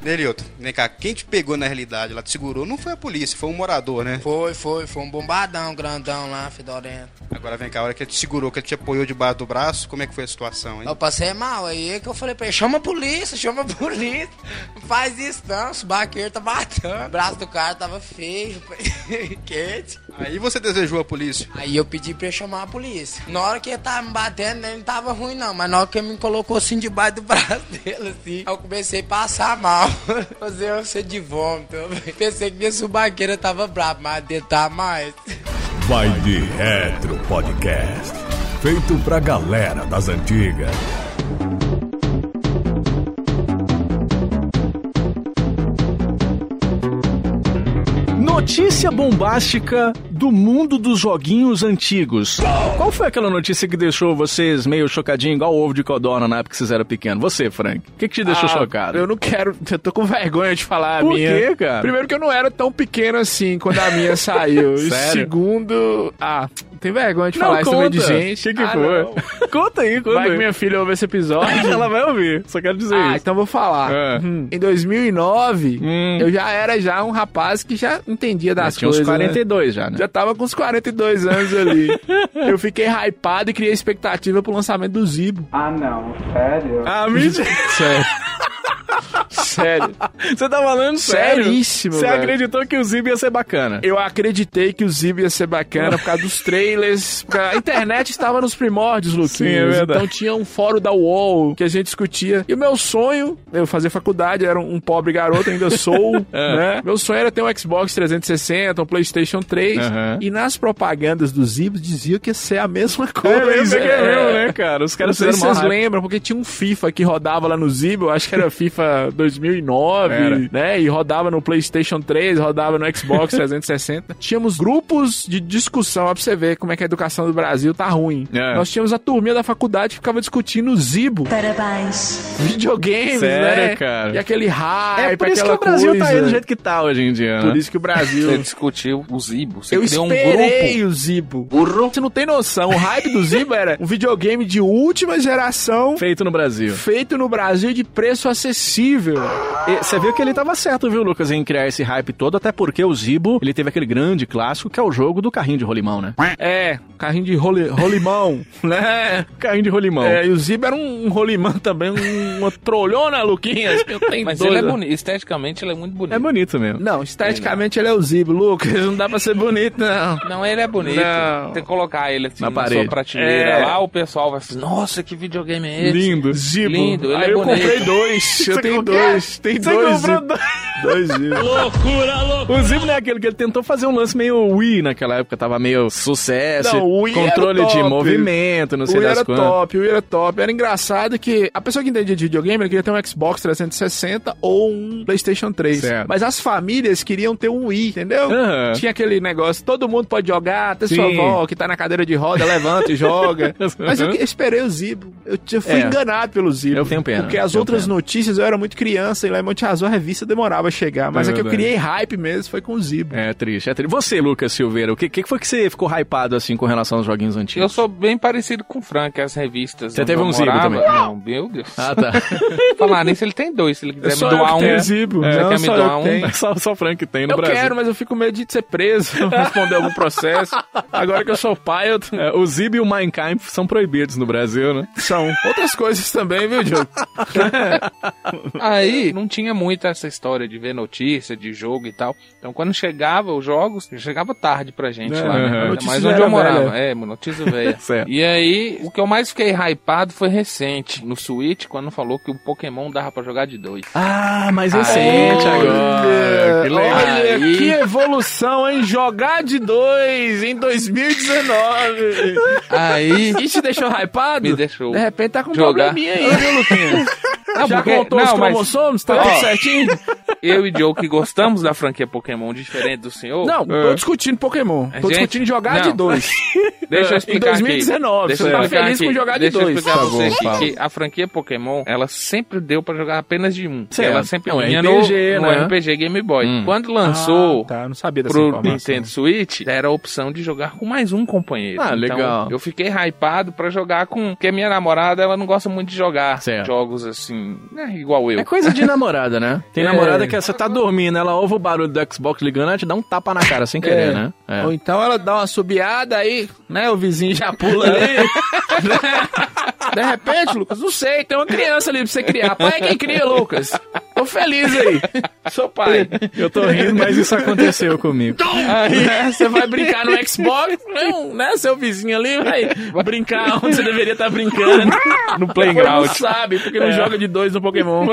Nereuto, vem cá, quem te pegou na realidade, lá te segurou, não foi a polícia, foi um morador, né? Foi, foi, foi um bombadão grandão lá, fedorento. Agora vem cá, a hora que ele te segurou, que ele te apoiou debaixo do braço, como é que foi a situação, hein? Eu passei mal, aí é que eu falei pra ele, chama a polícia, chama a polícia. Não faz isso não, os barqueiros tá matando. O braço do cara tava feio, quente. Aí você desejou a polícia. Aí eu pedi pra ele chamar a polícia. Na hora que ele tava me batendo, ele não tava ruim não, mas na hora que ele me colocou assim debaixo do braço dele, assim, eu comecei a passar mal. Fazer eu ser de vômito. Eu pensei que minha subaqueira tava brava, mas dele tá mais. Vai de Retro Podcast. Feito pra galera das antigas. Notícia bombástica do mundo dos joguinhos antigos. Qual foi aquela notícia que deixou vocês meio chocadinho, igual ovo de codorna na época que vocês eram pequenos? Você, Frank. O que, que te deixou Ah, chocado? Eu não quero. Eu tô com vergonha de falar a Por minha. quê, cara? Primeiro que eu não era tão pequeno assim quando a minha saiu. E Sério? Segundo. Ah, tem vergonha de falar isso no meio de gente. O que, que Ah, foi? não. Conta aí, conta Vai que aí. minha filha ouve esse episódio. Ela vai ouvir, só quero dizer Ah, isso. então vou falar. É. Hum. Em 2009, Hum. eu já era já um rapaz que já entendia das Já tinha uns coisas. né? 42 já, né? Já tava com uns 42 anos ali. eu fiquei hypado e criei expectativa pro lançamento do Zibo. Ah, mentira. Sério. Sério. Você tá falando sério? Seríssimo, Você velho. acreditou que o Zib ia ser bacana. Eu acreditei que o Zibo ia ser bacana por causa dos trailers. porque A internet estava nos primórdios, Luquinhas. Sim, é verdade. Então tinha um fórum da UOL que a gente discutia. E o meu sonho, eu fazia faculdade, era um pobre garoto, ainda sou, É. né? Meu sonho era ter um Xbox 360, um PlayStation 3. Aham. E nas propagandas do Zibo diziam que ia ser a mesma coisa. É mesmo, é que é mesmo, né, cara? Os Cara, não caras sei se fizeram mal vocês lembram, porque tinha um FIFA que rodava lá no Zibo, eu acho que era FIFA 2009, Era. né? E rodava no PlayStation 3, rodava no Xbox 360. Tínhamos grupos de discussão, ó, pra você ver como é que a educação do Brasil tá ruim. É. Nós tínhamos a turminha da faculdade que ficava discutindo o Zibo, Tá. Parabéns. videogames, Sério, né? cara? E aquele hype, É por isso que aquela o Brasil coisa. tá aí do jeito que tá hoje em dia, né? Por isso que o Você Brasil... discutiu o Zibo. Você Eu criou um esperei grupo. o Zibo. Você não tem noção. O hype do Zibo era um videogame de última geração Feito no Brasil. feito no Brasil de preço acessível. E Você viu que ele tava certo, viu, Lucas, em criar esse hype todo, até porque o Zibo, ele teve aquele grande clássico que é o jogo do carrinho de rolimão, né? É, carrinho de role, rolimão, né? Carrinho de rolimão. É, e o Ziba era um, um rolimão também, um- uma trolhona, Luquinhas. Eu tenho Mas dois, ele é ó. bonito. Esteticamente, ele é muito bonito. É bonito mesmo. Não, esteticamente ele é o Zibo, Lucas. Não dá pra ser bonito, não. Não, ele é bonito. Não. Você colocar ele assim Na na, parede. sua prateleira É. lá, o pessoal vai assim, nossa, que videogame é esse? Lindo. Zibo. Lindo, ele Aí é eu bonito. comprei dois. Eu Você tenho comprou- dois. Tem Você dois comprou Zibo. Dois Zibo. O Zibo não é aquele que ele tentou fazer um lance meio Wii naquela época, tava meio sucesso, Não, o Wii era controle de top. movimento, não O sei Wii das era quantas. top, o Wii era top. Era engraçado que a pessoa que entendia de videogame ele queria ter um Xbox 360 ou um PlayStation 3. Certo. Mas as famílias queriam ter um Wii, entendeu? Aham. Tinha aquele negócio, todo mundo pode jogar, até sua Sim. avó que tá na cadeira de roda, levanta e joga. Mas eu, eu esperei o Zibo. Eu, te- eu fui É. enganado pelo Zibo. Eu tenho pena, Porque as eu outras tenho. notícias eu era muito criança e lá em Monte Azul a revista demorava a chegar. Mas É é, que eu verdade. criei hype mesmo, foi com o Zibo. É triste, é triste. Você, Lucas Silveira, o que, que foi que você ficou hypado assim com relação aos joguinhos Eu antigos? sou bem parecido com o Frank, as revistas. Você onde teve eu um Zibo morava. também? Não, meu Deus. Ah, tá. Falar nisso, ele tem dois. Se ele quiser Só me eu doar que um. tenho Zibo. é, Não, quer me só eu doar que um? tenho. só, só o Frank tem no Eu Brasil. quero, mas eu fico com medo de ser preso, responder algum processo. Agora que eu sou pai, eu tô... É, o Zib e o Minecraft são proibidos no Brasil, né? são outras coisas também, viu, Diogo? Aí não tinha muito essa história de ver notícia, de jogo e tal. Então quando chegava os jogos, chegava tarde pra gente É, lá, aham. né? Notícia Mas já onde era eu morava. É, mano, notícia velha. Certo. E aí, o que eu mais fiquei hypado foi recente, no Switch, quando falou que o Pokémon dava pra jogar de dois. Ah, mais recente agora. Que legal. Olha Aí. que evolução, hein? Jogar de dois em 2019. Aí, Isso te deixou hypado? me deixou. De repente tá com um Jogar. probleminha aí, viu, Luquinha? Não, Já porque- contou os não, mas- cromossomos? Tá Ó. tudo certinho? Eu e Joe que gostamos da franquia Pokémon, diferente do senhor. é, Não, É. tô discutindo Pokémon. Tô Gente, discutindo jogar não. de dois. É, Deixa eu explicar Em 2019, aqui. Deixa eu você tá explicar feliz aqui. com jogar de Deixa dois. eu explicar Tá pra você bom, aqui fala. que a franquia Pokémon, ela sempre deu pra jogar apenas de um. Certo. Ela sempre É um vinha RPG, né? no, no RPG Game Boy. Hum. Quando lançou Ah, tá, não sabia dessa pro informação. Nintendo Switch, era a opção de jogar com mais um companheiro. Ah, legal. Eu fiquei hypado pra jogar com... Porque minha namorada, ela não gosta muito de jogar Certo. jogos assim, né, igual eu. É coisa de namorada, né? Tem É. namorada que você tá dormindo, ela ouve o barulho do Xbox ligando, ela te dá um tapa na cara sem querer, É. né? É. Ou então ela dá uma subiada aí, né? O vizinho já pula É. ali. De repente, Lucas, não sei, tem uma criança ali pra você criar. Pai é quem cria, Lucas. Tô feliz aí. Sou pai. Eu tô rindo, mas isso aconteceu comigo. Aí, né, Você vai brincar no Xbox, não, né? Seu vizinho ali vai brincar onde você deveria estar brincando. No playground. Não sabe, porque É. não joga de dois no Pokémon.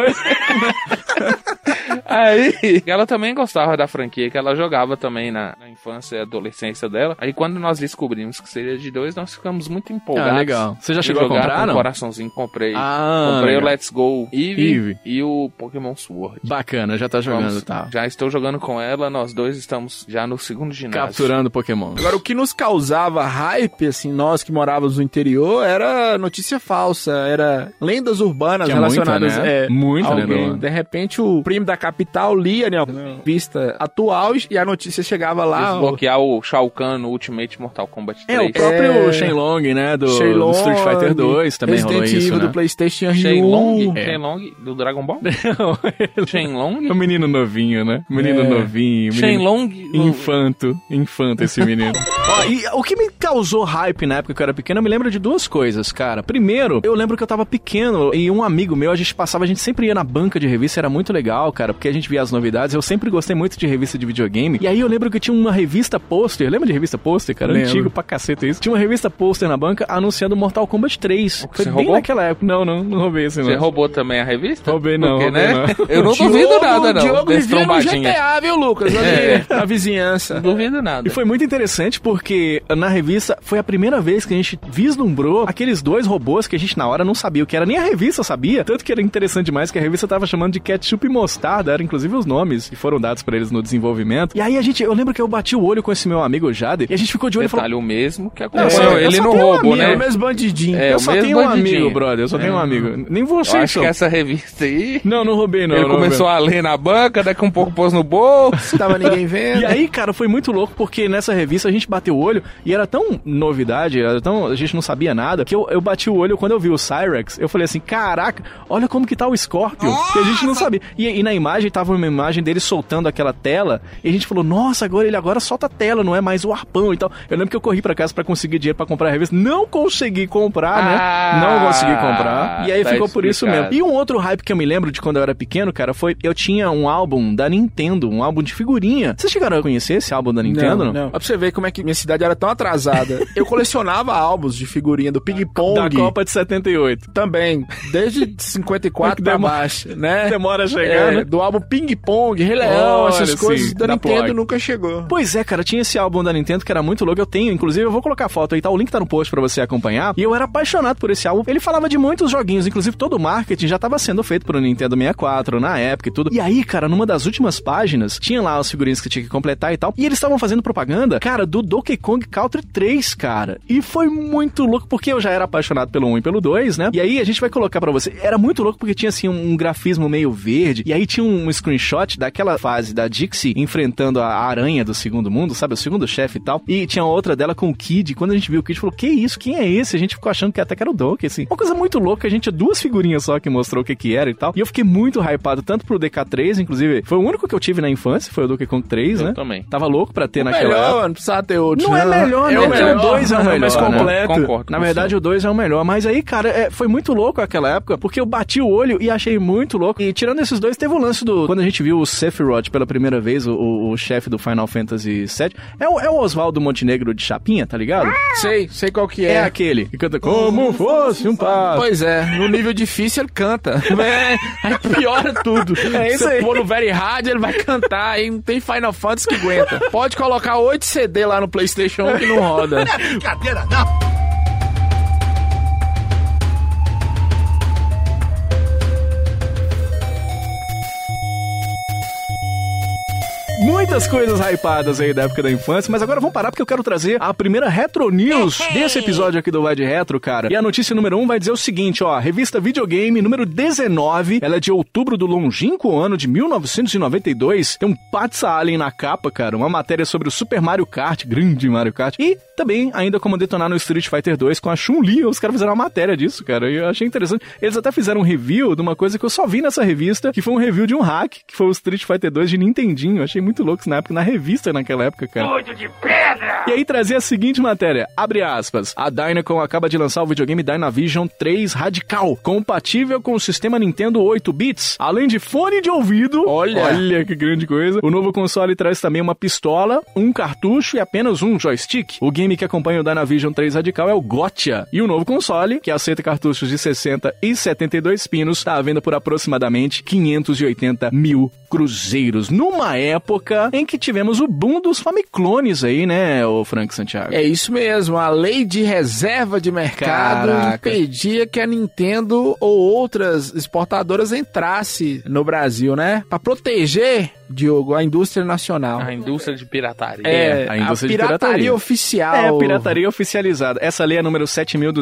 Aí, ela também gostava da franquia, que ela jogava também na, na infância e adolescência dela. Aí quando nós descobrimos que seria de dois, nós ficamos muito empolgados. Ah, legal. Você já de chegou a jogar comprar, com não? o coraçãozinho, comprei. Ah, comprei o legal. Let's Go Eevee, Eevee. e o Pokémon Sword. Bacana, já tá jogando Vamos- e tal. Já estou jogando com ela, nós dois estamos já no segundo ginásio. Capturando Pokémon. Agora, o que nos causava hype, assim, nós que morávamos no interior, era notícia falsa, era lendas urbanas Que é relacionadas muita, né? é, Muita a alguém. lenda urbana. De repente, o primo da capital lia, né, a pista atual e a notícia chegava lá. ó, Desbloquear o Shao Kahn no Ultimate Mortal Kombat 3. Ah, É, o próprio É. Shenlong, né? Do, do Shenlong, Street Fighter 2 também Resident rolou isso, Evil né? do PlayStation Shenlong? 1. É. Shenlong do Dragon Ball? Não, Shenlong? né? o menino novinho, né? O Menino É. novinho. Menino... Shenlong? Infanto, infanto esse menino. Ó, e o que me causou hype na época que eu era pequeno, eu me lembro de duas coisas, cara. Primeiro, eu lembro que eu tava pequeno e um amigo meu, a gente passava, a gente sempre ia na banca de revista, era muito legal, cara, porque a gente via as novidades. Eu sempre gostei muito de revista de videogame. E aí eu lembro que tinha uma revista pôster, lembra de revista pôster, cara? Lembro. Antigo pra caceta isso. Tinha uma revista pôster na banca anunciando Mortal Kombat 3. que Foi você bem roubou? naquela época. Não, não, não roubei esse Você não. roubou também a revista? Roubei não, Porque, roubei né? não. Eu não Diogo- duvido nada, não. um Diogo desse vivia no trombadinha. GTA, viu, Lucas? Ali, É. na vizinhança. Não duvido nada. E foi muito interessante porque na revista foi a primeira vez que a gente vislumbrou aqueles dois robôs que a gente na hora não sabia o que era, nem a revista sabia. Tanto que era interessante demais que a revista tava chamando de ketchup e mostarda, eram inclusive os nomes que foram dados pra eles no desenvolvimento. E aí a gente, eu lembro que eu bati o olho com esse meu amigo Jade e a gente ficou de olho e falou: Detalhe o mesmo que Eu só- aconteceu. eu ele só não tenho um roubou, amigo, né? É o mesmo É. bandidinho. É, Eu o só mesmo tenho um bandidinho. amigo, brother, eu só tenho um amigo. Nem Eu você, acho só. que essa revista aí. Não, não roubei, não. ele não roubei. começou a ler na banca, daqui um pouco pôs no bolso. Tava ninguém vendo. E aí, cara, foi muito louco porque nessa revista a gente bateu o olho e era tão novidade, era tão, a gente não sabia nada, que eu, eu bati o olho quando eu vi o Cyrex, eu falei assim, caraca, olha como que tá o Scorpion, que a gente não sabia. E, e na imagem tava uma imagem dele soltando aquela tela, e a gente falou, nossa, agora ele agora solta a tela, não é mais o arpão e tal. Eu lembro que eu corri pra casa pra conseguir dinheiro pra comprar a revista, não consegui comprar, né? Ah, não consegui comprar. E aí tá ficou por isso explicado. mesmo. E um outro hype que eu me lembro de quando eu era pequeno, cara, foi eu tinha um álbum da Nintendo, um álbum de figurinha. Vocês chegaram a conhecer esse álbum da Nintendo? Não, não. Pra você ver como é que minha cidade era tão atrasada. Eu colecionava álbuns de figurinha do Ping Pong. Da Copa de 78. Também, desde 54 pra É Demora- baixo, né? Demora a chegar, É, né? do álbum Ping Pong, Rei Leão, Olha, essas coisas sim, da dá Nintendo plug. nunca chegou. Pois é, cara, tinha esse álbum da Nintendo que era muito louco. Eu tenho, inclusive, eu vou colocar a foto aí, tá? O link tá no post pra você acompanhar. E eu era apaixonado por esse álbum. Ele falava de muitos joguinhos, inclusive todo o marketing já tava sendo feito pro Nintendo 64 na época e tudo. E aí, cara, numa das últimas páginas, tinha lá os figurinhas que tinha que completar e tal. E eles estavam fazendo propaganda, cara, do Donkey Kong Country 3, cara. E foi muito louco, porque eu já era apaixonado pelo 1 e pelo 2, né? E aí a gente vai colocar pra você. Era muito louco porque tinha assim um, um grafismo meio verde. E aí tinha um screenshot daquela fase da Dixie enfrentando a aranha do segundo mundo, sabe? O segundo chefe e tal. E tinha outra dela com o Kid. Quando a gente viu o Kid, falou: Que isso? Quem é esse? A gente ficou achando que até que era o Donkey, assim. Uma coisa muito louca, a gente tinha duas figurinhas só que mostrou o que que era e tal. E eu fiquei muito hypado, tanto pro DK3, inclusive. Foi o único que eu tive na infância, foi o Donkey Kong 3, Eu né? também. Tava louco pra ter naquela Melhor, época. mano, não precisava ter outro. Não é melhor, É né? o Porque melhor, o 2 é o melhor. mais né? completo. Concordo. Na com verdade, você. o 2 é o melhor. Mas aí, cara, é, foi muito louco aquela época, porque eu bati o olho e achei muito louco. E tirando esses dois, teve o lance do. Quando a gente viu o Sephiroth pela primeira vez, o, o- o chefe do Final Fantasy VII. É o, é o Oswaldo Montenegro de Chapinha, tá ligado? Sei, sei qual que É, Ah! é. aquele que canta como fosse um passo. Pois é, no nível difícil ele canta. É, aí piora tudo. É isso Você aí. pôr no Very Hard, ele vai cantar, aí não tem Final Fantasy que aguenta. Pode colocar 8 CD lá no PlayStation 1 que não roda. muitas coisas hypadas aí da época da infância, mas agora vamos parar porque eu quero trazer a primeira Retro News desse episódio aqui do Vai de Retro, cara. E a notícia número 1 um vai dizer o seguinte, ó, revista Videogame número 19, ela é de outubro do longínquo ano de 1992, tem um Patsa Alien na capa, cara, uma matéria sobre o Super Mario Kart, grande Mario Kart, e também ainda como detonar no Street Fighter 2 com a Chun-Li, os caras fizeram uma matéria disso, cara, e eu achei interessante. Eles até fizeram um review de uma coisa que eu só vi nessa revista, que foi um review de um hack, que foi o Street Fighter 2 de Nintendinho, eu achei muito louco isso na época, na revista naquela época, cara. E aí trazia a seguinte matéria, abre aspas, a Dynacon acaba de lançar o videogame Dynavision 3 Radical, compatível com o sistema Nintendo 8 bits, além de fone de ouvido. Olha, olha que grande coisa. O novo console traz também uma pistola, um cartucho e apenas um joystick. O game que acompanha o Dynavision 3 Radical é o Gotcha. E o novo console, que aceita cartuchos de 60 e 72 pinos, está à venda por aproximadamente 580 mil cruzeiros. Numa época em que tivemos o boom dos Famiclones aí, né, o Frank Santiago? É isso mesmo, a lei de reserva de mercado Caraca. impedia que a Nintendo ou outras exportadoras entrasse no Brasil, né? Pra proteger, Diogo, a indústria nacional. A indústria de pirataria. É, a a, indústria de pirataria, pirataria. oficial. É, pirataria oficializada. Essa lei é número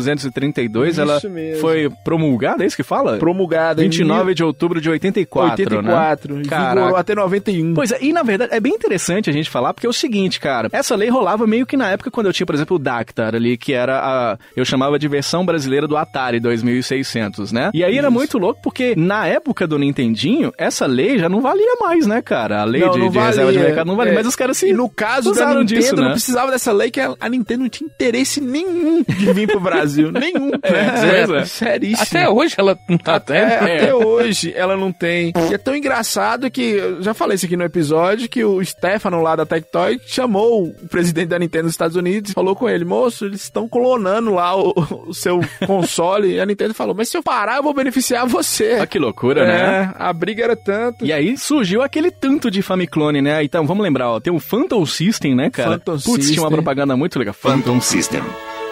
7.232, Isso ela mesmo. foi promulgada, é isso que fala? promulgada 29 de outubro de 84, né? 84, e Caraca. vigorou até 91. Pois é, e na verdade é bem interessante a gente falar, porque é o seguinte, cara, essa lei rolava meio que na época quando eu tinha, por exemplo, o Dactar ali, que era a. Eu chamava de versão brasileira do Atari 2600, né? E aí era muito louco, porque na época do Nintendinho, essa lei já não valia mais, né, cara? A lei Não, de, não de reserva de valia. mercado não valia, É. mas os caras assim, se. E no caso da usaram Nintendo, disso, né? não precisava dessa lei, que a a Nintendo não tinha interesse nenhum de vir pro Brasil. nenhum. né? pois é. Seríssimo. Até hoje ela não tá até. É, até hoje ela não tem. E é tão engraçado que, eu já falei isso aqui no episódio, que o Stefano lá da Tectoy chamou o presidente da Nintendo dos Estados Unidos e falou com ele, moço, eles estão clonando lá o, o seu console. e a Nintendo falou, mas se eu parar, eu vou beneficiar você. Ah, que loucura, né? É, a briga era tanto. E aí surgiu aquele tanto de Famiclone, né? Então, vamos lembrar, ó, tem o Phantom System, né, cara? Phantom Putz, tinha uma System. propaganda muito legal. Phantom System.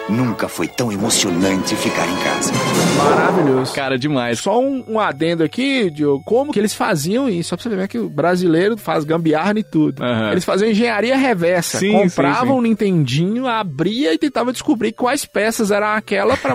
Nunca foi tão emocionante ficar em casa. Maravilhoso. Cara, demais. Só um, um adendo aqui, Diogo, como que eles faziam isso? Só pra você ver é que o brasileiro faz gambiarra e tudo. Aham. Eles faziam engenharia reversa. Sim, sim, sim. Compravam um Nintendinho, abria e tentava descobrir quais peças eram aquela pra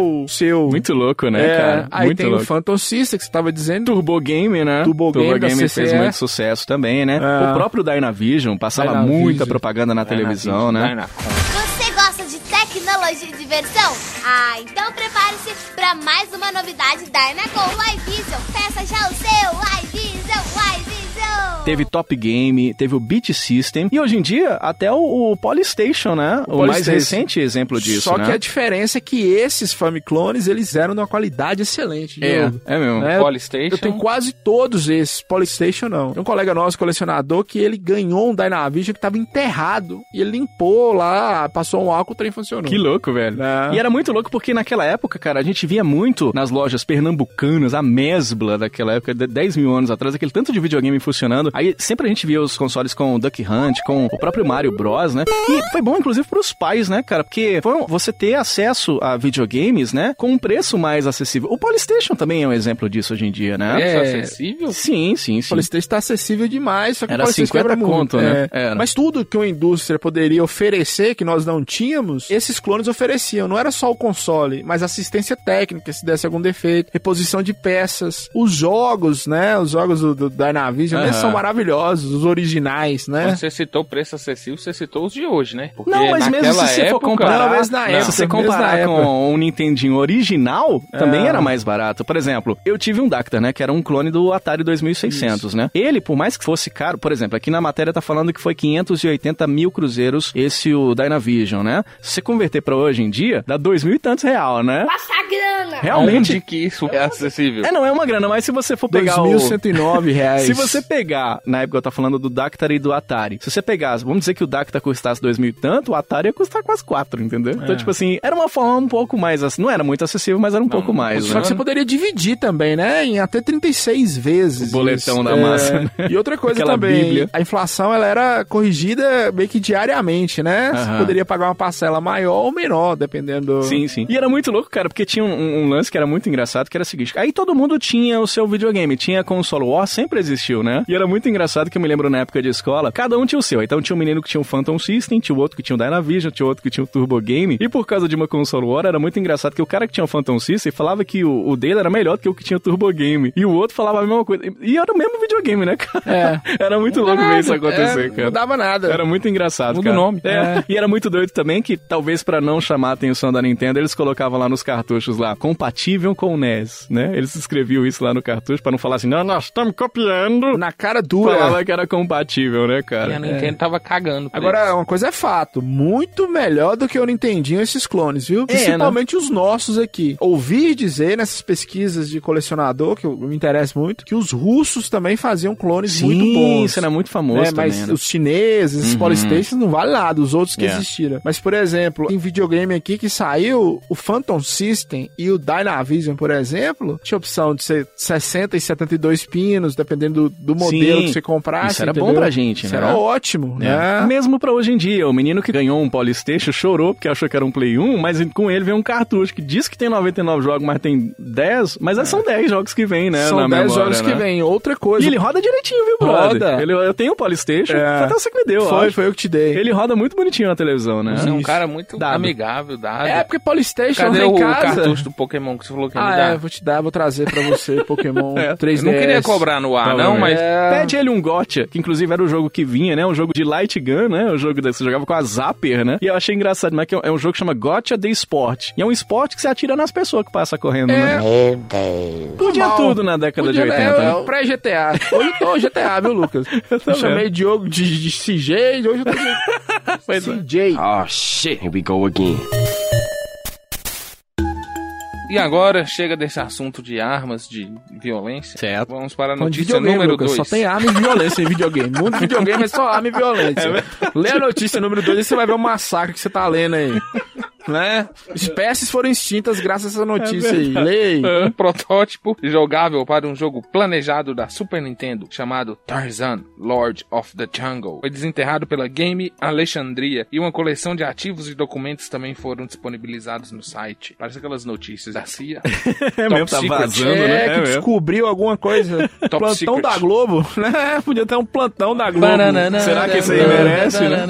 o seu. Muito louco, né, É, cara? Aí muito tem louco. o Phantom System que você tava dizendo. Turbo Game, né? Turbo Game da fez CCE. muito sucesso também, né? É. O próprio Dynavision passava Dynavision. muita propaganda na televisão, né? Você gosta de tecnologia e diversão? Ah, então prepare-se para mais uma novidade da Enacom Live Vision. Peça já o seu Live Vision, Live Vision. Teve Top Game, teve o Beat System e hoje em dia até o, o Polystation, né? O, mais Polystation. recente exemplo disso, Só né? que a diferença é que esses Famiclones, eles eram de uma qualidade excelente. Diogo. é, é mesmo. Né? Polystation. Eu tenho quase todos esses. Polystation não. Tem um colega nosso, colecionador, que ele ganhou um Dynavision que tava enterrado. E ele limpou lá, passou um álcool, o trem funcionou. Que louco, velho. É. E era muito louco porque naquela época, cara, a gente via muito nas lojas pernambucanas, a mesbla daquela época, de 10 mil anos atrás, aquele tanto de videogame funcionando. Aí sempre a gente via os consoles com o Duck Hunt, com o próprio Mario Bros, né? E foi bom, inclusive, pros pais, né, cara? Porque foi um- você ter acesso a videogames, né, com um preço mais acessível. O Polystation também é um exemplo disso hoje em dia, né? Isso é É. acessível? Sim, sim, O sim. Polystation tá acessível demais, só que Era o Polystation 50 quebra conto, muito. né? É. Era. Mas tudo que uma indústria poderia oferecer, que nós não tínhamos, esses clones ofereciam. Não era só o console, mas assistência técnica, se desse algum defeito, reposição de peças. Os jogos, né? Os jogos do, do Dynavision eles Aham. são maravilhosos, os originais, né? Quando você citou preço acessível, você citou os de hoje, né? Porque É. Não, mas mesmo naquela se você for época- comparar, Não, mas na época, né? se você mesmo comparar na época. com um Nintendinho original, também era mais barato. Por exemplo, eu tive um Dactar, né, que era um clone do Atari 2600, né? Ele, por mais que fosse caro, por exemplo, aqui na matéria tá falando que foi 580 mil cruzeiros esse o Dynavision, né? Se você converter pra hoje em dia, dá dois mil e tantos real, né? Passa grana. Realmente. Onde que isso é acessível? É, não é uma grana, mas se você for pegar o... 2.109 reais. Se você pegar, na época eu tava falando do Dactar e do Atari. Se você pegasse, vamos dizer que o Dactar custasse dois mil e tanto, o Atari ia custar quase quatro, entendeu? Então, tipo assim, era uma forma um pouco mais. ac- Não era muito acessível, mas era um pouco mais. Só né? que você poderia dividir também, né? Em até 36 vezes. O boletão isso. É. da massa, né? E outra coisa Aquela também, bíblia. a inflação ela era corrigida meio que diariamente, né? Você Aham. poderia pagar uma parcela maior ou menor, dependendo do... Sim, sim. E era muito louco, cara, porque tinha um, um- um lance que era muito engraçado, que era o seguinte. Aí todo mundo tinha o seu videogame, tinha console War, sempre existiu, né? E era muito engraçado que eu me lembro na época de escola, cada um tinha o seu. Então tinha um menino que tinha um Phantom System, tinha o outro que tinha um Dynavision, tinha outro que tinha um Turbo Game. E por causa de uma console War, era muito engraçado que o cara que tinha o Phantom System falava que o, o dele era melhor do que o que tinha o Turbo Game. E o outro falava a mesma coisa. E era o mesmo videogame, né, cara? Era muito é louco ver isso acontecer, É, cara. Não dava nada. Era muito engraçado, Muda cara. o nome. É. É. E era muito doido também que, talvez pra não chamar a atenção da Nintendo, eles colocavam lá nos cartuchos lá, compatível com o NES, né? Eles escreviam isso lá no cartucho pra não falar assim, não, nós estamos copiando. Na cara dura. Falava que era compatível, né, E a cara? Nintendo tava cagando. pra Agora, isso. uma coisa é fato, muito melhor do que eu não entendiam esses clones, viu? É, né? Principalmente os nossos aqui. Ouvi dizer nessas pesquisas de colecionador, que eu me interessa muito, que os russos também faziam clones muito bons. isso era É. muito famoso É, mas também, né? os chineses, os Uhum. É. Polystations não vale nada, os outros que Yeah. existiram. Mas, por exemplo, em videogame aqui que saiu o Phantom System e o Dynavision, por exemplo, tinha opção de ser 60 e 72 pinos, dependendo do, do modelo Sim. que você comprasse. Isso era bom entendeu? pra gente, Isso né? era ótimo, É. né? Mesmo pra hoje em dia, o menino que ganhou um Polystation chorou porque achou que era um Play 1, mas com ele vem um cartucho que diz que tem 99 jogos, mas tem 10, mas é, são 10 jogos que vem, né? É. São na 10 memória, jogos né? que vem. Outra coisa. E ele roda direitinho, viu, brother? Roda. Ele, eu tenho o Polystation, É. foi até você que me deu, eu foi, acho. foi eu que te dei. Ele roda muito bonitinho na televisão, né? Você é um cara muito Dado. amigável, dado. É, porque Polystation Cadê não o vem em casa. cartucho do Pokémon que você falou que ia me Ah, dar? é, vou te dar, vou trazer pra você Pokémon É. 3DS. Eu não queria cobrar no ar, não, É, mas. Pede ele um gotcha, que inclusive era o jogo que vinha, né? Um jogo de light gun, né? O jogo que você jogava com a Zapper, né? E eu achei engraçado, mas que é um- é um jogo que chama Gotcha de Sport. E é um esporte que você atira nas pessoas que passa correndo, né? Podia normal. tudo na década É. Podia, de né? 80. né? Eu- Pré-GTA. Hoje eu tô GTA, viu, Lucas? Eu vendo. chamei Diogo de, de CJ, hoje eu tô de CJ. Ah, Oh shit, here we go again. E agora, chega desse assunto de armas, de violência. Certo. Vamos para a Falando de notícia número Lucas, 2. só tem arma e violência em videogame. Mundo de videogame é só arma e violência. Lê a notícia número 2 e você vai ver o massacre que você tá lendo aí. Né? Espécies foram extintas graças a essa notícia aí. Lei. um protótipo jogável para um jogo planejado da Super Nintendo chamado Tarzan Lord of the Jungle. Foi desenterrado pela Game Alexandria e uma coleção de ativos e documentos também foram disponibilizados no site. Parece aquelas notícias da CIA. É mesmo, tá secret. vazando, né? É, que mesmo. descobriu alguma coisa. Top plantão secret. da Globo, né? Podia ter um plantão da Globo. Será que isso aí merece, né?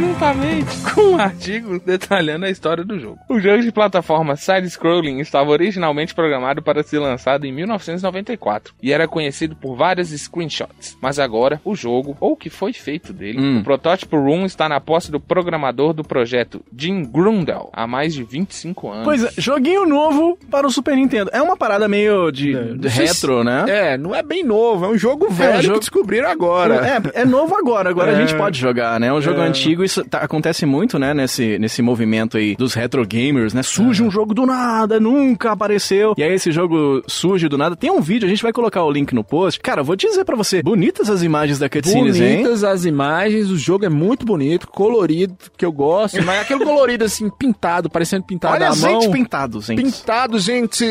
juntamente com um artigo detalhando a história do jogo. O jogo de plataforma side-scrolling estava originalmente programado para ser lançado em 1994 e era conhecido por várias screenshots. Mas agora, o jogo, ou o que foi feito dele, Hum. o protótipo Room está na posse do programador do projeto Jim Grundel há mais de 25 anos. Pois é, joguinho novo para o Super Nintendo. É uma parada meio de, É, de não sei retro, né? É, não é bem novo, é um jogo velho jogo- que descobriram agora. É, é novo agora, agora a É. gente pode jogar, né? É um jogo É. antigo, isso tá- acontece muito, né? Nesse, nesse movimento aí dos retro gamers, né? Surge um jogo do nada, nunca apareceu. E aí esse jogo surge do nada. Tem um vídeo, a gente vai colocar o link no post. Cara, eu vou dizer pra você, bonitas as imagens da cutscenes, hein? Bonitas as imagens, o jogo é muito bonito, colorido, que eu gosto, mas aquele colorido assim, pintado, parecendo pintado Olha à as mão. gente pintados, gente. Pintado, gente!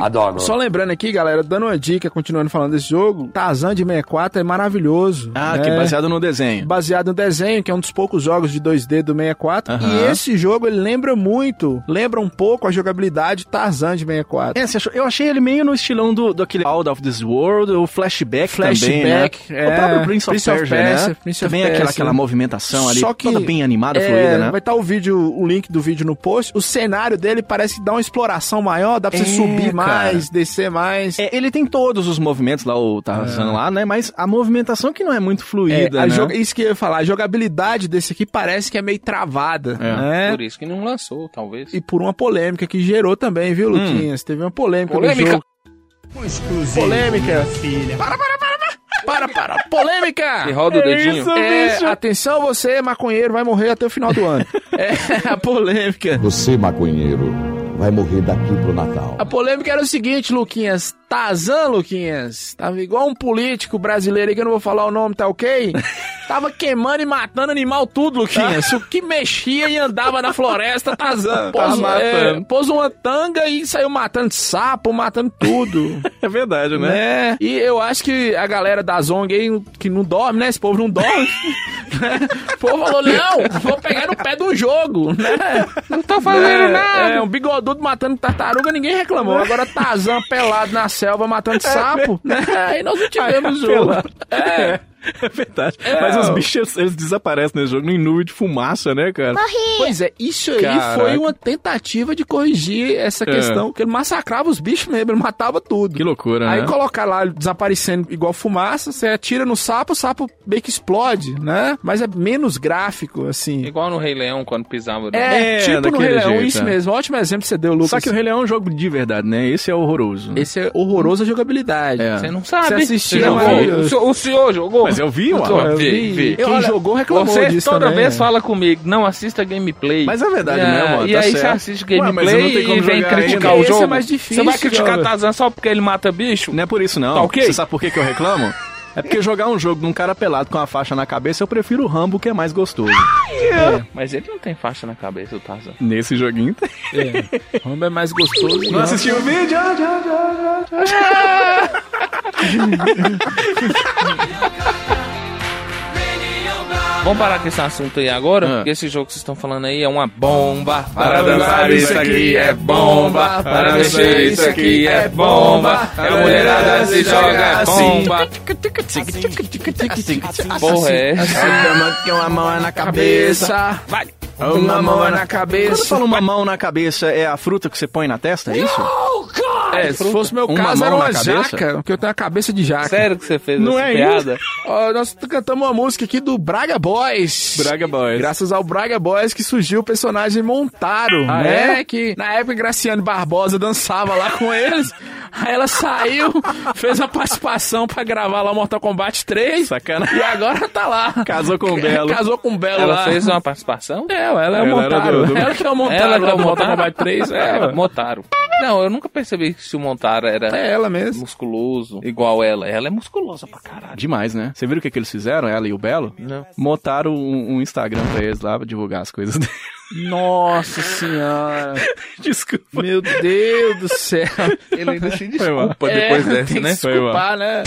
Adoro. Só lembrando aqui, galera, dando uma dica, continuando falando desse jogo, Tarzan de 64 é maravilhoso. Ah, né? que baseado no desenho. baseado no desenho, que é um dos poucos jogos de 2D do 64. Aham. E esse jogo, ele lembra muito, lembra um pouco a jogabilidade Tarzan de 64. É, você achou- eu achei ele meio no estilão do, do aquele Out of This World, o Flashback, Flashback, também, né? é. O próprio Prince of Prince of Persia, Persia, né? Prince of também aquela, Persia. aquela movimentação ali, Só que- toda bem animada, É, fluida, né? Vai estar o vídeo, o link do vídeo no post. O cenário dele parece dar uma exploração maior, dá pra É, você subir cara. mais, descer mais. É, ele tem todos os movimentos lá, o Tarzan lá, né? Mas a movimentação que não é muito É, fluida, a né? jo- Isso que eu ia falar, a jogabilidade desse aqui parece que é meio travada, É. né? Por isso que não lançou, talvez. E por uma polêmica que gerou também, Hum. viu, Luquinhas? Teve uma polêmica, Polêmica? no jogo. Polêmica. Filha. Para, para, para, para. Para, para. Polêmica. E roda o dedinho. É, atenção você, maconheiro, vai morrer até o final do ano. é a polêmica. Você, maconheiro, vai morrer daqui pro Natal. A polêmica era o seguinte, Luquinhas. Tazan, Luquinhas, tava igual um político brasileiro aí, que eu não vou falar o nome, tá ok? Tava queimando e matando animal tudo, Luquinhas. O que mexia e andava na floresta, Tazan. Pôs, é, pôs uma tanga e saiu matando sapo, matando tudo. É verdade, né? né? E eu acho que a galera da Zong aí, que não dorme, né? Esse povo não dorme. O povo falou, não, vou pegar no pé do jogo, né? Não tô fazendo nada. É, um bigodudo matando tartaruga, ninguém reclamou. Agora Tazan pelado na selva matando sapo, né? Aí nós não tivemos jogo. pelado. É. É verdade. Mas os bichos, eles desaparecem nesse jogo, no nuvem de fumaça, né, cara? Morri! Pois é, isso aí Caraca. foi uma tentativa de corrigir essa questão, que ele massacrava os bichos mesmo, ele matava tudo. Que loucura, Aí né? colocar lá ele desaparecendo igual fumaça, você atira no sapo, o sapo meio que explode, né? Mas é menos gráfico, assim. Igual no Rei Leão, quando pisava. no- É, É, tipo no daquele Rei Leão, jeito, isso é. mesmo. Ótimo exemplo que você deu, Lucas. Só que o Rei Leão é um jogo de verdade, né? Esse é horroroso. né? Esse é horroroso a jogabilidade. É. Você não sabe. Você assistia, Você jogou. mas- O senhor- O senhor jogou. Mas eu vi, Eu ó. tô- Eu Vê, vi. vê. Quem Olha, jogou reclamou Você disso toda também, vez né? fala comigo, não assista gameplay. Mas é verdade É, mesmo, ó. E tá aí você certo. assiste Ué, mas não tem gameplay como e vem jogar criticar ainda. o Esse jogo. é mais difícil, Você vai criticar cara. Tarzan só porque ele mata bicho? Não é por isso, não. Tá ok? Você sabe por que, que eu reclamo? É porque jogar um jogo de um cara pelado com uma faixa na cabeça, eu prefiro o Rambo, que é mais gostoso. Mas ele não tem faixa na cabeça, o Tarzan. Nesse joguinho tem. Rambo é mais gostoso. Não assistiu o vídeo? Ah, já, já, já. Vamos parar com esse assunto aí agora, porque esse jogo que vocês estão falando aí é uma bomba. Para dançar isso aqui é bomba, para mexer isso aqui é bomba, É a mulherada se joga bomba. Porra, é. uma mão na é Cabeça, Vai. uma mão é na Quando cabeça. fala uma mão na cabeça, é a fruta que você põe na testa, é isso? É, se fosse meu Uma caso, mão era na uma cabeça? jaca, porque eu tenho a cabeça de jaca. Sério que você fez Não essa é piada? isso? Ó, nós cantamos uma música aqui do Braga Boys. Braga Boys. Graças ao Braga Boys que surgiu o personagem Montaro, Ah, né? é? Que na época Graciane Barbosa dançava lá com eles. Aí ela saiu, fez a participação pra gravar lá Mortal Kombat 3. Sacanagem. E agora tá lá. Casou com o Belo. Casou com o Belo Ela lá. fez uma participação? É, ué, ela Ela é o era Montaro. do- do- Ela que é o Montaro Ela lá que do Mortal Montaro? Kombat 3. É, ué. Motaro. Não, eu nunca percebi que se o Montaro era é ela mesmo. musculoso igual ela. Ela é musculosa pra caralho. Demais, né? Você viu o que, que eles fizeram, ela e o Belo? Não. Montaram um, um Instagram pra eles lá, pra divulgar as coisas dele. Nossa senhora. Desculpa. Meu Deus do céu. Ele ainda se Foi mal. desculpa depois É, dessa, tem né? que se culpar, né?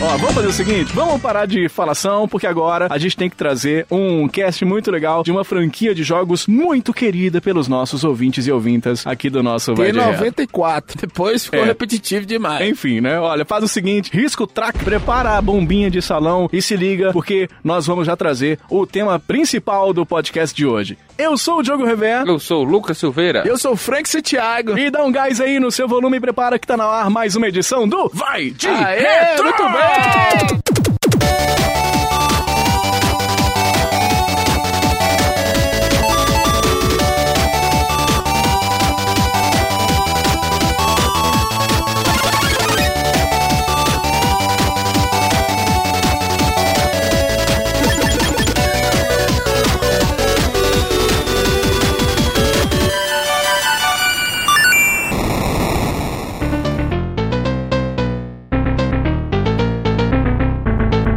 Ó, vamos fazer o seguinte, vamos parar de falação, porque agora a gente tem que trazer um cast muito legal de uma franquia de jogos muito querida pelos nossos ouvintes e ouvintas aqui do nosso Vai Tem de Reto. 94. Depois ficou É. repetitivo demais. Enfim, né? Olha, faz o seguinte, risca o track, prepara a bombinha de salão e se liga, porque nós vamos já trazer o tema principal do podcast de hoje. Eu sou o Diogo Revé. Eu sou o Lucas Silveira. Eu sou o Frank Santiago. E dá um gás aí no seu volume e prepara que tá no ar mais uma edição do Vai de Aê, Retro! muito bem!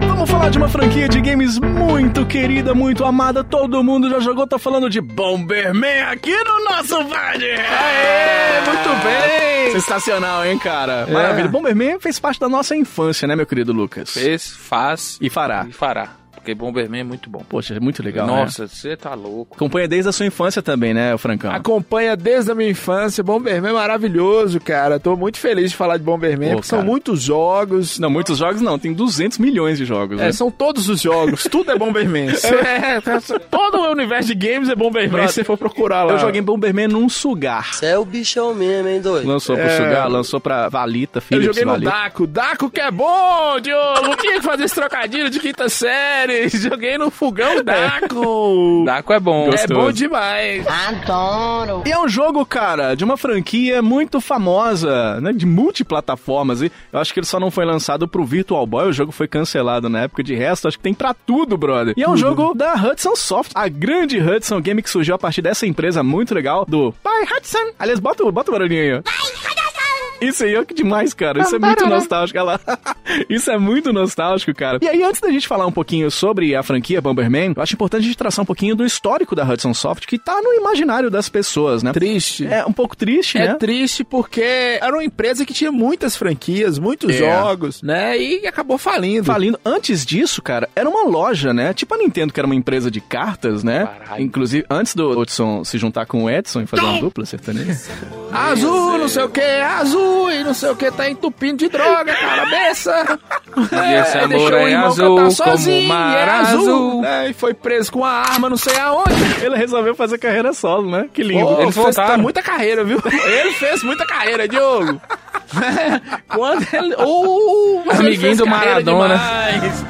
Vamos falar de uma franquia de games muito querida, muito amada, todo mundo já jogou, tá falando de Bomberman aqui no nosso Vai de Retro! Aê, muito bem! Sensacional, hein, cara? Maravilha. Bomberman fez parte da nossa infância, né, meu querido Lucas? Fez, faz E fará. E fará. Porque Bomberman é muito bom. Poxa, é muito legal, né? Nossa, você tá louco. Acompanha desde a sua infância também, né, o Francão? Acompanha desde a minha infância. Bomberman é maravilhoso, cara. Tô muito feliz de falar de Bomberman, Pô, porque são cara. muitos jogos. Não, muitos jogos não, tem 200 milhões de jogos, né? É, são todos os jogos, tudo é Bomberman. É, tá- todo o universo de games é Bomberman, se você for procurar lá. Eu joguei Bomberman num sugar. Você é o bichão mesmo, hein, doido? Lançou pro É. sugar, lançou pra Valita, Eu Philips, joguei no Valita. Daco. Daco que é bom, Diogo. Tinha que fazer esse trocadilho de quinta série. Joguei no fogão Daco. É. Daco é bom. É bom demais. Adoro! E é um jogo, cara, de uma franquia muito famosa, né? De multiplataformas. E eu acho que ele só não foi lançado pro Virtual Boy, o jogo foi cancelado na época. De resto, acho que tem pra tudo, brother. E é um jogo da Hudson Soft, a grande Hudson Game que surgiu a partir dessa empresa muito legal do Pai Hudson. Aliás, bota, o- bota o barulhinho aí, ó. Vai, Radação! Isso aí é que demais, cara. Isso é muito nostálgico. Olha lá. Isso é muito nostálgico, cara. E aí, antes da gente falar um pouquinho sobre a franquia Bomberman, eu acho importante a gente traçar um pouquinho do histórico da Hudson Soft, que tá no imaginário das pessoas, né? Triste. É um pouco triste, É né? triste porque era uma empresa que tinha muitas franquias, muitos É. jogos, né? E acabou falindo. Falindo. Tá Antes disso, cara, era uma loja, né? Tipo a Nintendo, que era uma empresa de cartas, né? Inclusive, antes do Hudson se juntar com o Edson e fazer uma dupla sertaneja. Azul, não sei o que, azul e não sei o que, tá entupindo de droga, cara, beça. E esse amor é azul como o mar azul. né? E foi preso com uma arma, não sei aonde. Ele resolveu fazer carreira solo, né? Que lindo. Pô, Eles fez voltaram. muita carreira, viu? Ele fez muita carreira, Diogo. Quando ele. Uh, mas ele Amiguinho fez do carreira Maradona. demais.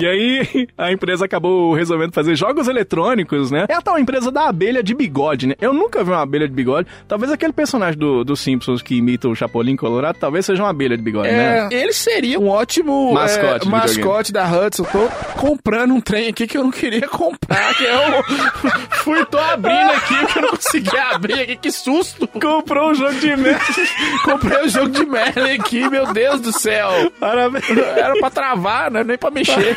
E aí, a empresa acabou resolvendo fazer jogos eletrônicos, né? É a tal empresa da abelha de bigode, né? Eu nunca vi uma abelha de bigode. Talvez aquele personagem do, do Simpsons que imita o Chapolin Colorado, talvez seja uma abelha de bigode, né? É, ele seria um ótimo Mascote é, do mascote da Hudson. Tô comprando um trem aqui que eu não queria comprar. Que eu fui, tô abrindo aqui, que eu não consegui abrir aqui. Que susto! Comprou um jogo de merda. Comprei o jogo de Merlin aqui, meu Deus do céu! Parabéns. Era pra travar, né? Nem pra mexer.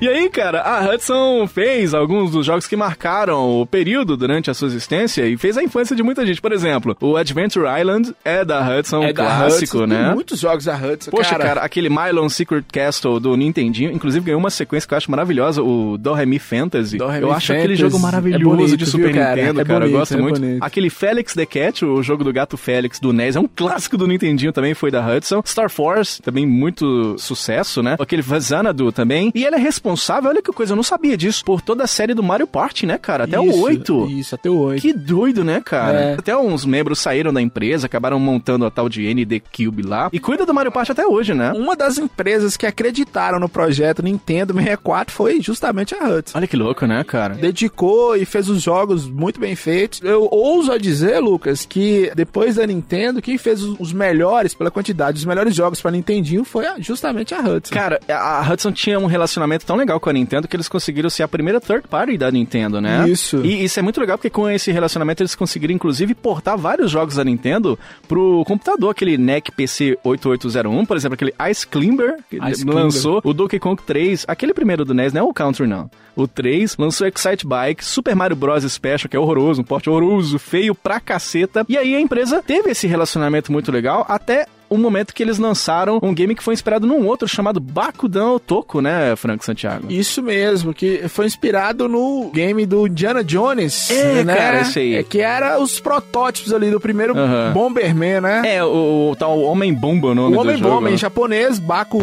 E aí, cara, a Hudson fez alguns dos jogos que marcaram o período durante a sua existência e fez a infância de muita gente. Por exemplo, o Adventure Island é da Hudson, um da clássico, Hudson, Tem né? muitos jogos da Hudson, Poxa, cara, aquele Mylon Secret Castle do Nintendinho, inclusive ganhou uma sequência que eu acho maravilhosa, o Do Re Mi Fantasy. Do Re Mi eu acho aquele Fantasy. jogo maravilhoso É bonito, de Super viu, cara? Nintendo, É cara. eu bonito, gosto é muito. bonito. Aquele Felix the Cat, o jogo do gato Félix do NES, é um clássico do Nintendinho também, foi da Hudson. Star Force, também muito sucesso, né? Aquele Vazanadu também. E ele é responsável, olha que coisa, eu não sabia disso, por toda a série do Mario Party, né, cara? Até o 8. Isso, até o 8. Que doido, né, cara? É. Até uns membros saíram da empresa, acabaram montando a tal de ND Cube lá. E cuida do Mario Party até hoje, né? Uma das empresas que acreditaram no projeto Nintendo 64 foi justamente a Hudson. Olha que louco, né, cara? dedicou e fez os jogos muito bem feitos. Eu ouso a dizer, Lucas, que depois da Nintendo, quem fez os os melhores, pela quantidade, os melhores jogos pra Nintendinho foi a- justamente a Hudson. Cara, a a Hudson tinha um relacionamento tão legal com a Nintendo que eles conseguiram ser a primeira third party da Nintendo, né? Isso. E isso é muito legal porque com esse relacionamento eles conseguiram inclusive portar vários jogos da Nintendo pro computador, aquele NEC PC 8801, por exemplo, aquele Ice Climber que Ice lançou, o Donkey Kong 3, aquele primeiro do NES, não é o Country não. O 3 lançou Excite Bike, Super Mario Bros Special, que é horroroso, um porte horroroso, feio pra caceta. E aí a empresa teve esse relacionamento muito legal até o momento que eles lançaram um game que foi inspirado num outro chamado Bakudan Otoko, né, Franco Santiago? Isso mesmo, que foi inspirado no game do Indiana Jones. É, né? cara, esse aí. É, que era os protótipos ali do primeiro Aham. Bomberman, né? É, o, o tal Homem-Bomba, o o nome do jogo. Homem-Bomba em né? japonês, Baku...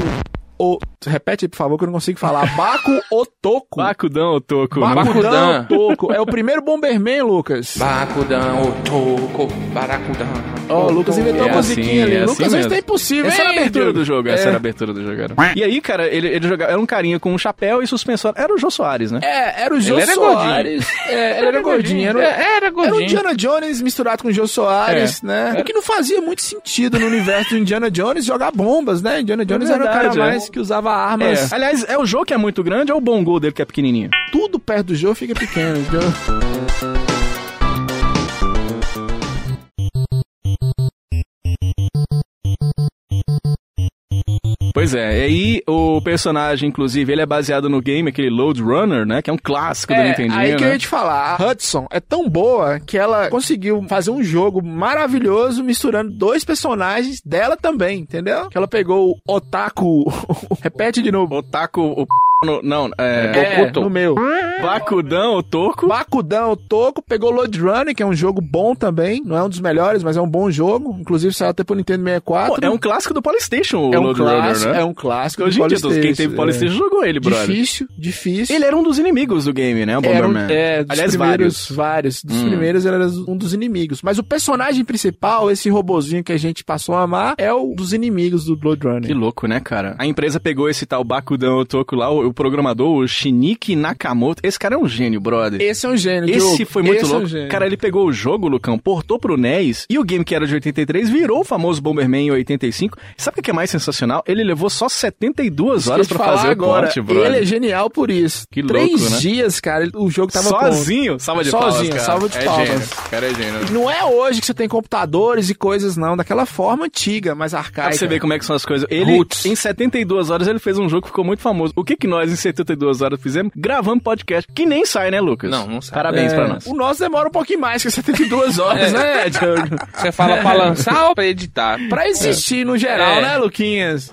O... Repete aí, por favor, que eu não consigo falar. Baku Otoko. Bakudan Otoko. Bakudan Bakudan. Otoko. É o primeiro Bomberman, Lucas. Baracudão, ô toco, baracudão. Ó, o Lucas inventou É uma musiquinha assim, ali. é Lucas, assim hoje tá mesmo. impossível, Essa era a hein, abertura Diogo? do jogo, essa É. era a abertura do jogo. Era. E aí, cara, ele, ele jogava. Era um carinha com um chapéu e suspensório. Era o Jô Soares, né? É, era o Jô Ele era Soares. É, ele era gordinho. Era, É, era era o gordinho. Indiana Jones misturado com o Jô Soares, É. né? O que não fazia muito sentido no universo do Indiana Jones jogar bombas, né? Indiana Jones era o Verdade, cara é. mais que usava armas. É. Aliás, é o Jô que é muito grande ou o Bongo dele que é pequenininho? Tudo perto do Jô fica pequeno. entendeu? Pois é, e aí o personagem, inclusive, ele é baseado no game, aquele Load Runner, né? Que é um clássico do É, Nintendinho, aí que eu né? ia te falar, a Hudson é tão boa que ela conseguiu fazer um jogo maravilhoso misturando dois personagens dela também, entendeu? Que ela pegou o Otaku. Repete de novo. Otaku, Tá o p... no- não, é... É, no meu. Bacudão, o Toco. Bacudão, Toco, pegou Load Runner, que é um jogo bom também. Não é um dos melhores, mas é um bom jogo. Inclusive saiu até pro Nintendo 64. Pô, é um clássico do Polystation, o É um Load clássico, Runner, né? é um clássico. Hoje em do dia, todos- quem Polystation, teve é. Polystation jogou ele, brother. Difícil, difícil. Ele era um dos inimigos do game, né? O Era um, Bomberman. é, dos Aliás, primeiros, vários. vários. Hum. Dos primeiros, ele era um dos inimigos. Mas o personagem principal, esse robozinho que a gente passou a amar, é o dos inimigos do Blood Que Runner. louco, né, cara? A empresa pegou esse tal Bacudão Otoko lá, o o o programador, o Shiniki Nakamoto. Esse cara é um gênio, brother. Esse é um gênio, Esse Diogo. foi muito Esse é um louco. gênio. cara, ele pegou o jogo, Lucão, portou pro NES e o game que era de 83 virou o famoso Bomberman em 85. Sabe o que é mais sensacional? Ele levou só 72 horas Deixa pra eu te falar fazer agora, o porte, brother. Ele é genial por isso. Que Três louco, né? dias, cara, ele- o jogo tava Sozinho? Salva de palmas, Sozinho, cara. salva de É palmas. gênio. O cara é gênio. E Não é hoje que você tem computadores e coisas, não. Daquela forma antiga, mais Pra arcaica. você ver como é que são as coisas. Ele, Roots. em 72 horas, ele fez um jogo que ficou muito famoso. O que que nós, em 72 horas, fizemos? Gravamos podcast, que nem sai, né, Lucas? Não, não sai. Parabéns É. pra nós. O nosso demora um pouquinho mais, que é 72 horas, né, Diogo? Você fala pra lançar ou pra editar? Pra existir no geral, É. né, Luquinhas?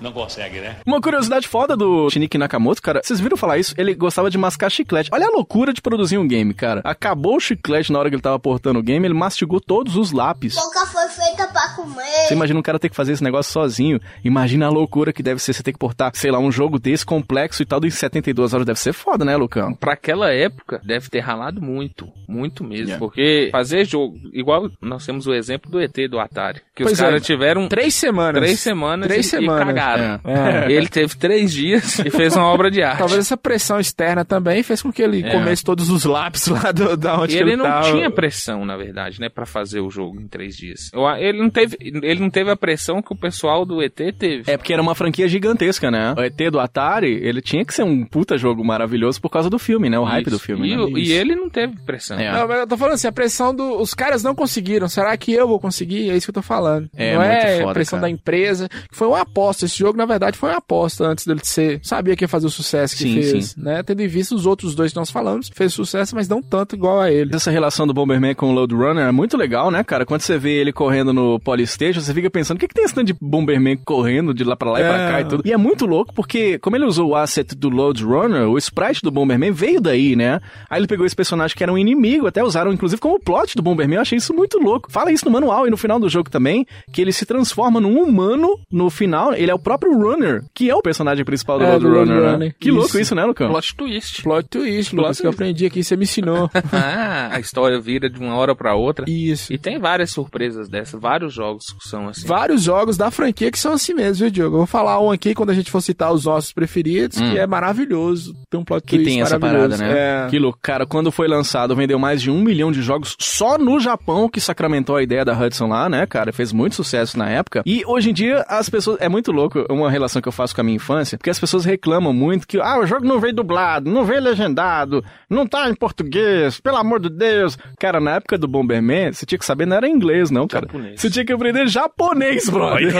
Uma curiosidade foda do Shiniki Nakamoto, cara, vocês viram falar isso? Ele gostava de mascar chiclete. Olha a loucura de produzir um game, cara. Acabou o chiclete na hora que ele tava portando o game, ele mastigou todos os lápis. Boca foi feita pra comer. Você imagina um cara ter que fazer esse negócio sozinho. Imagina a loucura que deve ser você ter que portar, sei lá, um jogo desse complexo e tal, de 72 horas. Deve ser foda, né, Lucão? Pra aquela época, deve ter ralado muito. Muito mesmo. Porque fazer jogo, igual nós temos o exemplo do ET do Atari. Que os Pois é. caras tiveram Três semanas. três semanas, Três e, semanas. e cagaram. É. Ele teve três dias e fez uma obra de arte. Talvez essa pressão externa também fez com que ele É. comesse todos os lápis lá do, da onde E que ele não tava. tinha pressão, na verdade, né, Pra fazer o jogo em três dias. Eu a- ele não teve, ele não teve a pressão que o pessoal do ET teve. É porque era uma franquia gigantesca, né? O ET do Atari, ele tinha que ser um puta jogo maravilhoso por causa do filme, né? O hype Isso. do filme. E, né? o- e ele não teve pressão. É. Não, mas eu tô falando assim, a pressão dos Os caras não conseguiram. Será que eu vou conseguir? É isso que eu tô falando. É, não é muito foda, pressão cara. da empresa. Foi uma aposta. Esse jogo, na verdade, foi uma aposta antes dele ser. Sabia que ia fazer o sucesso que Sim, fez. sim. Né? Tendo em vista os outros dois que nós falamos, fez sucesso, mas não tanto igual a ele. Essa relação do Bomberman com o Load Runner é muito legal, né, cara? Quando você vê ele correndo no Polystation, você fica pensando, o que, que tem esse tanto de Bomberman correndo de lá pra lá e pra É. cá e tudo? E é muito louco, porque como ele usou o asset do Load Runner, o sprite do Bomberman veio daí, né? Aí ele pegou esse personagem que era um inimigo, até usaram inclusive como plot do Bomberman, eu achei isso muito louco. Fala isso no manual e no final do jogo também, que ele se transforma num humano no final, ele é o próprio Runner, que é o personagem principal do É, Load do Lode Runner, né? Runner. Que louco Isso. isso, né, Lucão? Plot twist. Plot twist, Lucas, que eu aprendi aqui, você me ensinou. Ah, a história vira de uma hora pra outra. Isso. E tem várias surpresas dessas, vários jogos que são assim. Vários jogos da franquia que são assim mesmo, viu, Diogo? Eu vou falar um aqui quando a gente for citar os nossos preferidos, que é maravilhoso. Tem um plot Hum. Que twist tem essa parada, maravilhoso. né? É. Que louco. Cara, quando foi lançado, vendeu mais de um milhão de jogos só no Japão, que sacramentou a ideia da Hudson lá, né, cara? Fez muito sucesso na época. E hoje em dia, as pessoas. É muito louco uma relação que eu faço com a minha infância, porque as pessoas reclamam muito que, ah, o jogo não veio dublado, não veio legendado, não tá em português, pelo amor de Deus. Cara, na época do Bomberman, você tinha que saber, não era inglês, não, cara. Você tinha que aprender japonês, brother.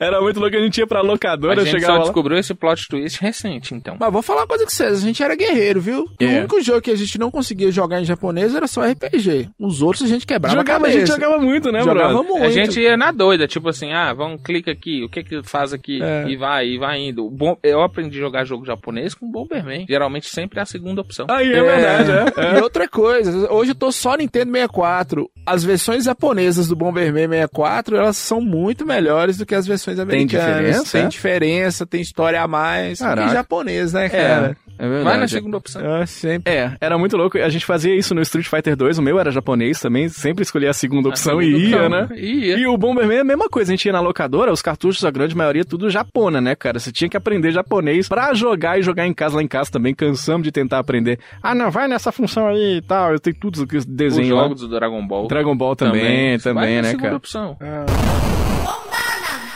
Era muito louco, a gente ia pra A locadora, É. gente chegava só lá. descobriu esse plot twist recente, então. Mas vou falar uma coisa com vocês, a gente era guerreiro, viu? É. O único jogo que a gente não conseguia jogar em japonês era só RPG. Os outros a gente quebrava Jogava, a a cabeça. gente jogava muito, né, brother? Jogava muito. A gente ia na doida, tipo assim, ah, vamos, clica aqui, o que que faz aqui? É. E vai, e vai indo. O Bom, eu aprendi a jogar jogo japonês com Bomberman. Geralmente sempre é a segunda opção. Aí, é, verdade, é. E outra coisa, hoje eu tô só Nintendo 64. As versões japonesas do Bomberman 64, elas são muito melhores do que as versões americanas. diferença, Tem é? diferença, tem história a mais. Caraca. E japonês, né, É, cara? é verdade. vai na segunda opção. Eu sempre... É, era muito louco. A gente fazia isso no Street Fighter 2, o meu era japonês também, sempre escolhia a segunda opção segunda e ia, opção, né? né? Ia. E o Bomberman é a mesma coisa, a gente ia na locadora, os cartuchos, a grande maioria, tudo japona, né, cara? Você tinha que aprender japonês pra jogar e jogar em casa, lá em casa também, cansamos de tentar aprender. Ah, não, vai nessa função aí e tal, eu tenho tudo que Os desenho lá. jogos do Dragon Ball. Dragon Ball também, também, Vai na né, segunda cara? opção.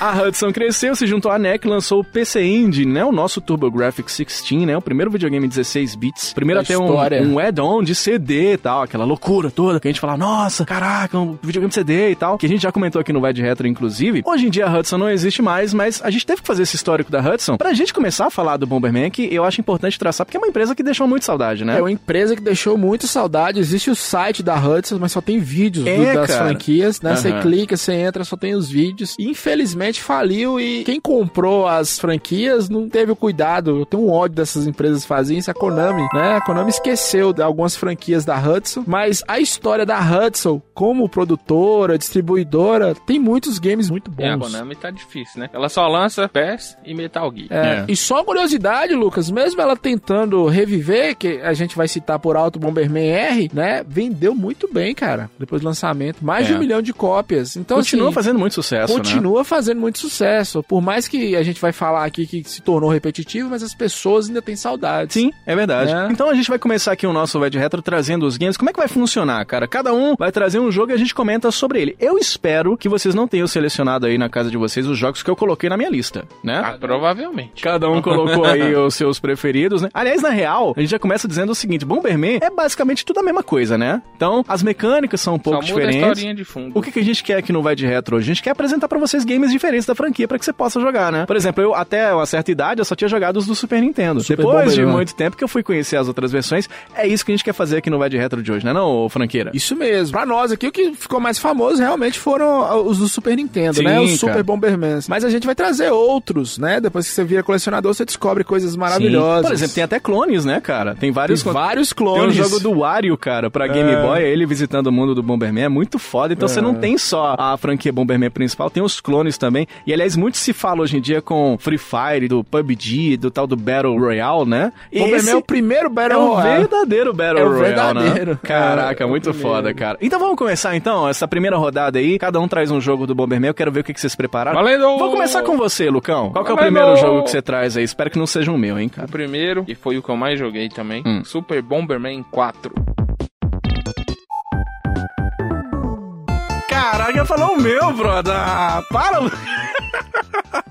A Hudson cresceu, se juntou à NEC, lançou o PC Engine, né? O nosso TurboGrafx 16, né? O primeiro videogame 16 bits. Primeiro Da até um, história. um add-on de CD e tal, aquela loucura toda que a gente fala, nossa, caraca, um videogame de CD e tal, que a gente já comentou aqui no Vai de Retro, inclusive. Hoje em dia a Hudson não existe mais, mas a gente teve que fazer esse histórico da Hudson pra gente começar a falar do Bomberman, que eu acho importante traçar, porque é uma empresa que deixou muito saudade, né? É uma empresa que deixou muita saudade. Existe o site da Hudson, mas só tem vídeos do- É, das cara. franquias, né? Você Aham. clica, você entra, só tem os vídeos. E, Infelizmente faliu e quem comprou as franquias não teve o cuidado. Eu tenho um ódio dessas empresas que fazem isso. A Konami, né? A Konami esqueceu de algumas franquias da Hudson, mas a história da Hudson como produtora, distribuidora, tem muitos games muito É, a bons. Konami tá difícil, né? Ela só lança PES e Metal Gear. É, E só uma curiosidade, Lucas, mesmo ela tentando reviver, que a gente vai citar por alto o Bomberman R, né? Vendeu muito bem, cara, depois do lançamento. Mais de É. um milhão de cópias. Então, Continua assim, fazendo muito sucesso, né? continua fazendo fazendo muito sucesso. Por mais que a gente vai falar aqui que se tornou repetitivo, mas as pessoas ainda têm saudades. Sim, é verdade. Né? Então a gente vai começar aqui o nosso Red Retro trazendo os games. Como é que vai funcionar, cara? Cada um vai trazer um jogo e a gente comenta sobre ele. Eu espero que vocês não tenham selecionado aí na casa de vocês os jogos que eu coloquei na minha lista, né? Ah, provavelmente. Cada um colocou aí os seus preferidos, né? Aliás, na real, a gente já começa dizendo o seguinte: Bomberman é basicamente tudo a mesma coisa, né? Então, as mecânicas são um pouco Só muda a diferentes. historinha de fundo. O que, que a gente quer aqui no Vai de Retro hoje? A gente quer apresentar pra vocês games diferentes da franquia pra que você possa jogar, né? Por exemplo, eu até uma certa idade eu só tinha jogado os do Super Nintendo. Super Depois de Bomberman. muito tempo que eu fui conhecer as outras versões, é isso que a gente quer fazer aqui no Vai de Retro de hoje, né, não, ô franqueira? Isso mesmo. Pra nós aqui, o que ficou mais famoso realmente foram ah, os do Super Nintendo, Sim, né? Os cara. Super Bombermans. Mas a gente vai trazer outros, né? Depois que você vira colecionador, você descobre coisas maravilhosas. Por exemplo, tem até clones, né, cara? Tem vários Tem clones. vários Tem um clones. É. jogo do Wario, cara, pra Game Boy, é ele visitando o mundo do Bomberman, é muito foda. Então você não tem só a franquia Bomberman principal, tem os clones também. E aliás, muito se fala hoje em dia com Free Fire, do PUBG, do tal do Battle Royale, né? E Bomberman esse é o primeiro Battle é o Royale. verdadeiro Battle É o Royale, verdadeiro, né? cara. Caraca, É o muito primeiro. foda, cara. Então vamos começar então essa primeira rodada aí. Cada um traz um jogo do Bomberman, eu quero ver o que que vocês prepararam. Valendo! Vou começar com você, Lucão. Qual que é o Valendo! primeiro jogo que você traz aí? Espero que não seja o meu, hein, O cara. primeiro, e foi o que eu mais joguei também, Hum. Super Bomberman 4. Caraca, falou o meu, brother. Ah, para, Lucão.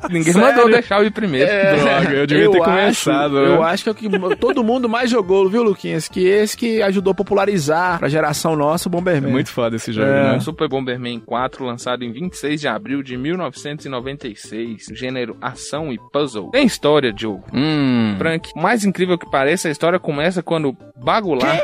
Ninguém Sério? mandou deixar o de primeiro. né? Droga, eu devia ter começado, É. Acho, né? Eu acho que é o que todo mundo mais jogou, viu, Luquinhas? Que esse que ajudou a popularizar pra geração nossa o Bomberman. Muito foda esse jogo, É. né? Super Bomberman 4, lançado em 26 de abril de 1996, gênero ação e puzzle. Tem história, Diogo. Hum. Frank, o mais incrível que pareça, a história começa quando Bagular...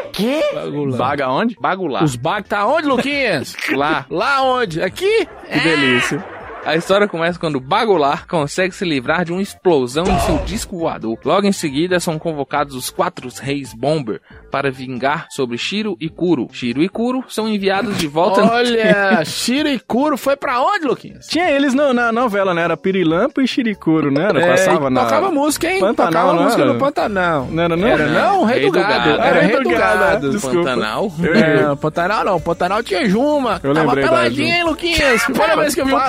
Vaga onde? Bagular. Os bugs tá onde, Luquinhas? Lá. Lá onde? Aqui? Que delícia. A história começa quando Bagular consegue se livrar de uma explosão em seu disco voador. Logo em seguida, são convocados os quatro reis Bomber para vingar sobre Shiro e Kuro. Shiro e Kuro são enviados de volta... no- Olha, Shiro e Kuro foi pra onde, Luquinhas? Tinha eles no- na novela, né? Era Pirilampo e Chiricuro, né? Era, passava É, e na... Tocava música, hein? Pantanal, tocava não música era? no Pantanal. Não era, não? Era não? Rei, do, gado. Era Ah, Rei do Gado. é. Desculpa. Pantanal. Eu errei. Não, Pantanal não. Pantanal tinha Juma. É. Eu Tava lembrei da Juma. peladinha, hein, Luquinhas? Primeira vez que eu vi. um-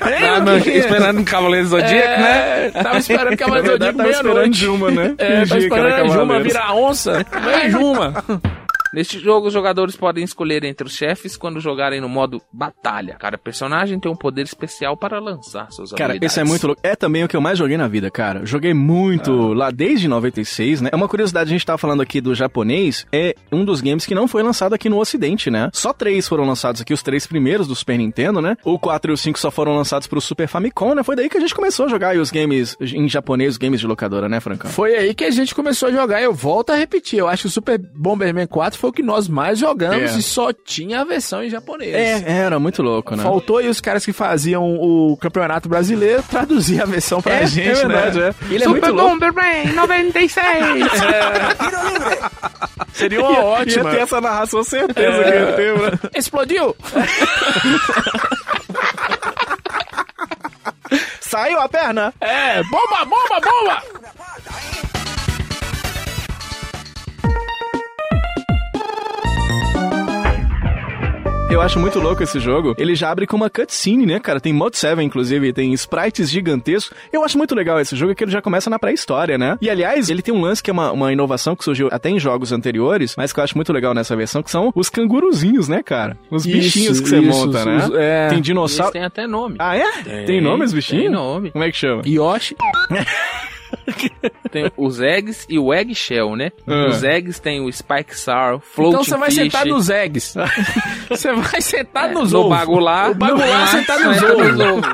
Para. Ah, não, esperando um Cavaleiro do Zodíaco, né? É, Tava esperando que a Na Amazônia verdade, tava esperando meia-noite. Juma, né? É, tava Fingia que era esperando a Juma cavaleiro. virar onça. Vem, Juma. Neste jogo, os jogadores podem escolher entre os chefes quando jogarem no modo batalha. Cada personagem tem um poder especial para lançar suas Cara, habilidades. esse é muito louco. É também o que eu mais joguei na vida, cara. Joguei muito Ah. lá desde 96, né? É uma curiosidade, a gente tava falando aqui do japonês, é um dos games que não foi lançado aqui no ocidente, né? Só três foram lançados aqui, os três primeiros do Super Nintendo, né? O 4 e o 5 só foram lançados pro Super Famicom, né? Foi daí que a gente começou a jogar aí os games em japonês, os games de locadora, né, Francão? Foi aí que a gente começou a jogar. Eu volto a repetir. Eu acho que o Super Bomberman 4 foi o que nós mais jogamos É. e só tinha a versão em japonês. É, era muito louco, né? Faltou aí os caras que faziam o Campeonato Brasileiro traduzir a versão pra É, gente, é verdade, né? é. Ele é muito louco. Bomberman 96! Seria uma Ia ótima. ter essa narração certeza que ia ter, né? Explodiu! Saiu a perna! É, bomba, bomba, bomba! Eu acho muito louco esse jogo. Ele já abre com uma cutscene, né, cara? Tem Mod 7, inclusive, tem sprites gigantescos. Eu acho muito legal esse jogo, é que ele já começa na pré-história, né? E, aliás, ele tem um lance que é uma, uma inovação que surgiu até em jogos anteriores, mas que eu acho muito legal nessa versão, que são os canguruzinhos, né, cara? Os Isso, bichinhos que você isso, monta, né? os- é. Tem Eles dinossauro... têm até nome. Ah, é? Tem, nome os bichinhos? Tem nome. Como é que chama? Yoshi. Tem os eggs e o eggshell, né? Ah. Os eggs tem o Spike Sour, Floating Então você vai Fish. sentar nos eggs. Você vai sentar nos no ovos. bagular. O É. bagular sentar nos ovos.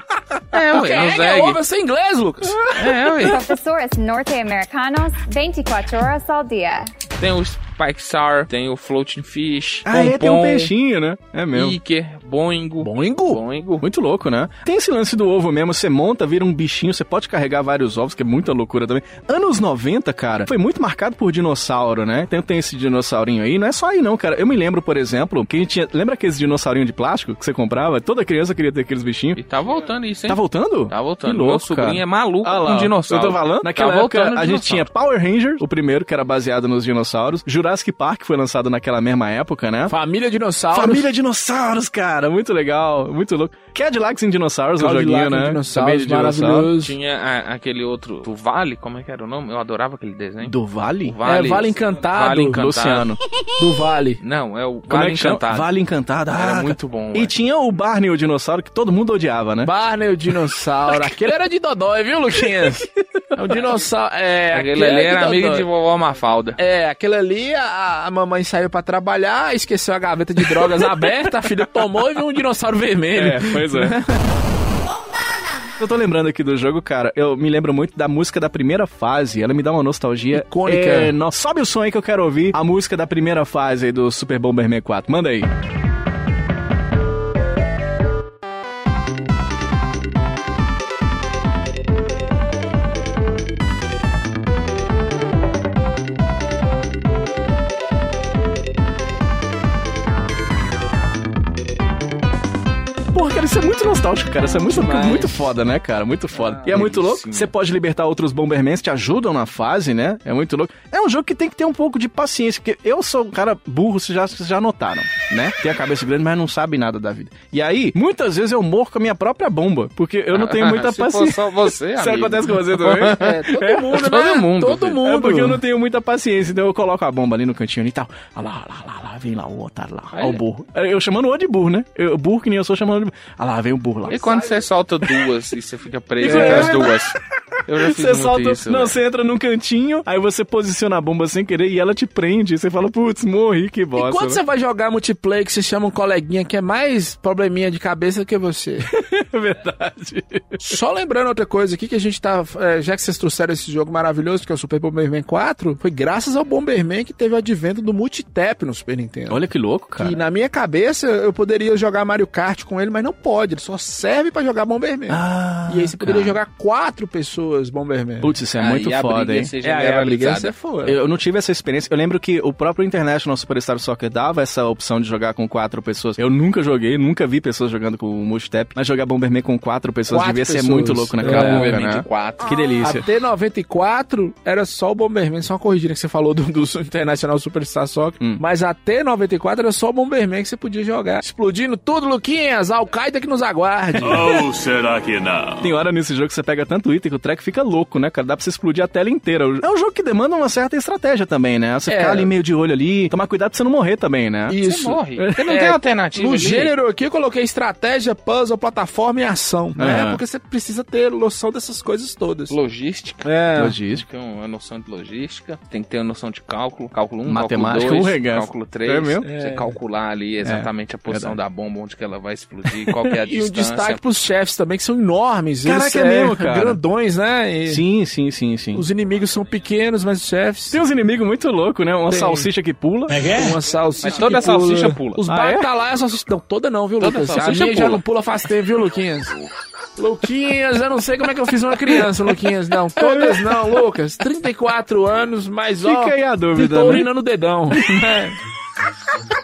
É, Porque ué, nos egg é ovo, eggs. eu sei inglês, Lucas. É, ué. Professores norte-americanos, 24 horas ao dia. Tem o Spike Sour, tem o Floating Fish, Ah, é, tem um Pompom, peixinho, né? É mesmo. Iker, Boingo. Boingo? Boingo. Muito louco, né? Tem esse lance do ovo mesmo, você monta, vira um bichinho, você pode carregar vários ovos, que é muita loucura também. Anos 90, cara, foi muito marcado por dinossauro, né? Então tem esse dinossaurinho aí, não é só aí não, cara. Eu me lembro, por exemplo, que a gente tinha... Lembra aqueles dinossaurinhos de plástico que você comprava? Toda criança queria ter aqueles bichinhos. E tá voltando isso, hein? Tá voltando? Tá voltando. Que louco, Meu sobrinho cara. é maluco Ah lá, ó. com dinossauro. Eu tô falando? Naquela Tá época, voltando a gente tinha dinossauro. Power Rangers, o primeiro, que era baseado nos dinossauros, Jurassic Park foi lançado naquela mesma época, né? Família Dinossauros. Família Dinossauros, cara. Muito legal, muito louco. Cadillacs em Dinossauros, o Cadillac joguinho, em né? Dinossauros, Família de dinossauro. maravilhoso. Tinha a- aquele outro, do Vale, como é que era o nome? Eu adorava aquele desenho. Do Vale? É, Vale Encantado. Vale Encantado. Do Oceano. Do Vale. Não, é o Como Vale é que chama? Encantado. Vale Encantado. Ah, Era cara. muito bom, E ué. tinha o Barney, o dinossauro, que todo mundo odiava, né? Barney, o dinossauro. Aquele era de Dodói, viu, Luquinhas? É um dinossauro. É, Aquele é ali era amigo Dodói. de vovó Mafalda. É, aquele ali, a, a mamãe saiu pra trabalhar, esqueceu a gaveta de drogas aberta, a filha tomou e viu um dinossauro vermelho. pois é. Eu tô lembrando aqui do jogo, cara. Eu me lembro muito da música da primeira fase. Ela me dá uma nostalgia. Icônica. É, nó- sobe o som aí que eu quero ouvir a música da primeira fase aí do Super Bomberman 4. Manda aí. Porra, cara, isso é muito nostálgico, cara. Essa música é Demais. Ah, muito foda, né, cara? Muito foda. e é muito louco. delícia. Você pode libertar outros Bombermans, te ajudam na fase, né? É muito louco. É um jogo que tem que ter um pouco de paciência, porque eu sou um cara burro, vocês já, vocês já notaram, né? Tem a cabeça grande, mas não sabe nada da vida. E aí, muitas vezes eu morro com a minha própria bomba, porque eu não Ah. tenho muita Ah, Se for paciência. só você, Isso amigo. acontece com você também? É, todo mundo, né? todo mundo, Todo filho. mundo. É porque eu não tenho muita paciência, então eu coloco a bomba ali no cantinho ali e tal. Ah lá, ah lá, ah lá, ah lá, vem lá o otário lá, ah, o burro. Eu chamando o outro de burro, né? Eu, burro que nem eu sou chamando de burro. Ah lá, vem o burro lá. E quando você solta duas e você fica preso E entre as quando- duas? Eu já fiz é Você muito solta. isso. não, velho. você entra num cantinho, aí você posiciona a bomba sem querer e ela te prende. E você fala, putz, morri, que bosta. E quando né? você vai jogar multiplayer que você chama um coleguinha que é mais probleminha de cabeça do que você? É verdade. Só lembrando outra coisa aqui que a gente tá. é, já que vocês trouxeram esse jogo maravilhoso, que é o Super Bomberman 4, foi graças ao Bomberman que teve o advento do multitap no Super Nintendo. Olha que louco, cara. E na minha cabeça eu poderia jogar Mario Kart com ele, mas não pode, ele só serve pra jogar Bomberman. Ah, e aí você poderia cara. jogar quatro pessoas Bomberman. Putz, isso é Aí muito a foda, briga hein? se é, aí a briga generalizada. você fora. Eu não tive essa experiência. Eu lembro que o próprio International Superstar Soccer dava essa opção de jogar com quatro pessoas. Eu nunca joguei, nunca vi pessoas jogando com o Multitap, mas jogar Bomberman com quatro pessoas Quatro devia ser pessoas. É. muito louco naquela Acabou, época, né? né? Que delícia. Até 94 era só o Bomberman, só uma corrigida que você falou do, do Internacional Superstar Soccer. Hum. Mas até 94 era só o Bomberman que você podia jogar. Explodindo tudo, Luquinhas, Al-Qaeda que nos aguarde. Ou será que não? Tem hora nesse jogo que você pega tanto item que o track fica louco, né, cara? Dá pra você explodir a tela inteira. É um jogo que demanda uma certa estratégia também, né? Você É. ficar ali meio de olho ali, tomar cuidado pra você não morrer também, né? Isso. Você morre. Você não É, tem alternativa. No ali? gênero aqui eu coloquei estratégia, puzzle, plataforma e ação, né? Aham. Porque você precisa ter noção dessas coisas todas. Logística. É. Logística. Tem uma noção de logística, tem que ter uma noção de cálculo, cálculo 1, Matemática, cálculo um 2, regaço. cálculo 3, É mesmo? você calcular ali exatamente a posição da bomba, onde que ela vai explodir, qual que é a E o distância. destaque pros chefes também, que são enormes. Eles, Caraca, é mesmo, cara. Grandões, né? E Sim, sim, sim, sim. Os inimigos são pequenos, mas os chefes... Tem uns inimigos muito loucos, né? Uma Tem. salsicha que pula. Uma salsicha. Mas toda que pula. salsicha pula. Os Ah, baratas é? tá lá, é salsicha. Não, toda não, viu, Toda Lucas? A salsicha minha já pula. não pula faz tempo, viu, Luquinhas? Luquinhas, eu não sei como é que eu fiz uma criança, Luquinhas. Não, todas não, Lucas. 34 anos, mas ó. Fica aí a dúvida, Tô né? urinando o dedão. É.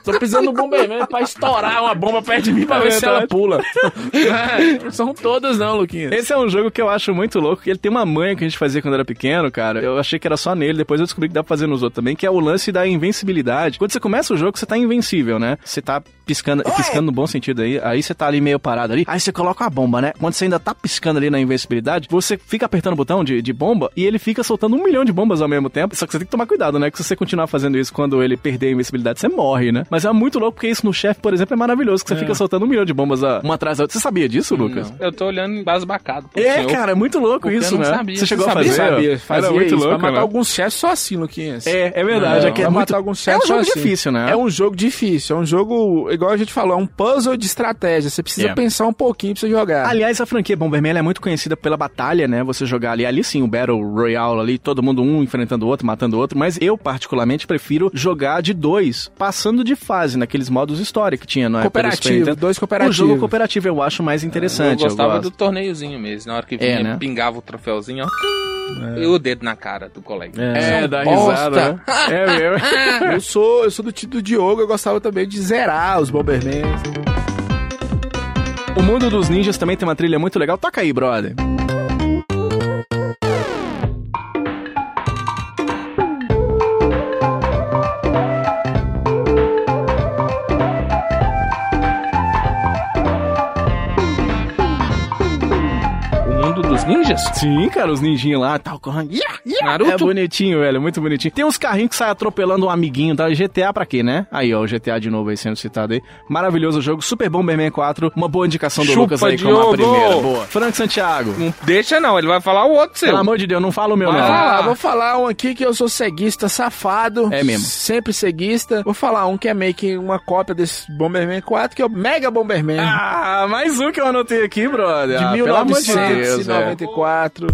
Tô precisando de um bomberman pra estourar uma bomba perto de mim pra É ver se verdade. ela pula. É, Não são todas não, Luquinhas. Esse é um jogo que eu acho muito louco, que ele tem uma manha que a gente fazia quando era pequeno, cara. Eu achei que era só nele, depois eu descobri que dá pra fazer nos outros também, que é o lance da invencibilidade. Quando você começa o jogo, você tá invencível, né? Você tá piscando, piscando no bom sentido aí, aí você tá ali meio parado ali, aí você coloca a bomba, né? Quando você ainda tá piscando ali na invencibilidade, você fica apertando o botão de, de bomba e ele fica soltando um milhão de bombas ao mesmo tempo. Só que você tem que tomar cuidado, né? Que se você continuar fazendo isso quando ele perder a invencibilidade, você morre, né? Mas é muito louco porque isso no chefe, por exemplo, é maravilhoso, que você fica soltando um milhão de bombas a- uma atrás da outra. Você sabia disso, Lucas? Não. Eu tô olhando embasbacado pro É, senhor. cara, é muito louco Porque isso, eu não né? sabia. Você chegou Você a sabia, fazer? sabia, fazia Era muito isso. louco, pra matar né? alguns chefes só assim, Luquinhas. É, é verdade. Não, é que é vai muito... matar alguns é um chefes jogo só assim. difícil, né? É um jogo difícil, é um jogo, igual a gente falou, é um puzzle de estratégia. Você precisa É. pensar um pouquinho pra você jogar. Aliás, a franquia Bomberman ela é muito conhecida pela batalha, né? Você jogar ali, ali sim, o Battle Royale ali, todo mundo um enfrentando o outro, matando o outro, mas eu particularmente prefiro jogar de dois, passando de fase, naqueles modos história que tinha na época do Super cooperativo, Ah, Nintendo. dois O cooperativos. jogo cooperativo eu acho mais interessante. Eu gostava gosto. do torneiozinho mesmo. Na hora que É, vinha, né? pingava o troféuzinho, ó. E o dedo na cara do colega. É, dá bosta. risada. né? É mesmo. Eu sou, eu sou do tipo do Diogo, eu gostava também de zerar os Bombermans. O mundo dos ninjas também tem uma trilha muito legal. Toca aí, brother. isso? Sim, cara, os ninjinhos lá, tal, correndo. Yeah, yeah. É bonitinho, velho, é muito bonitinho. Tem uns carrinhos que saem atropelando um amiguinho, tá? GTA pra quê, né? Aí, ó, o GTA de novo aí sendo citado aí. Maravilhoso jogo, Super Bomber 64. Uma boa indicação do Chupa, Lucas aí como Diogo! a primeira. Boa. Frank Santiago. Não deixa não, ele vai falar o outro seu. Pelo amor de Deus, não fala o meu, Vou não. falar, vou falar um aqui que eu sou ceguista safado. É mesmo. Sempre ceguista. Vou falar um que é meio que uma cópia desse Bomberman 4, que é o Mega Bomberman. Ah, mais um que eu anotei aqui, brother. de Ah, pelo amor de Deus, é. velho. 1994.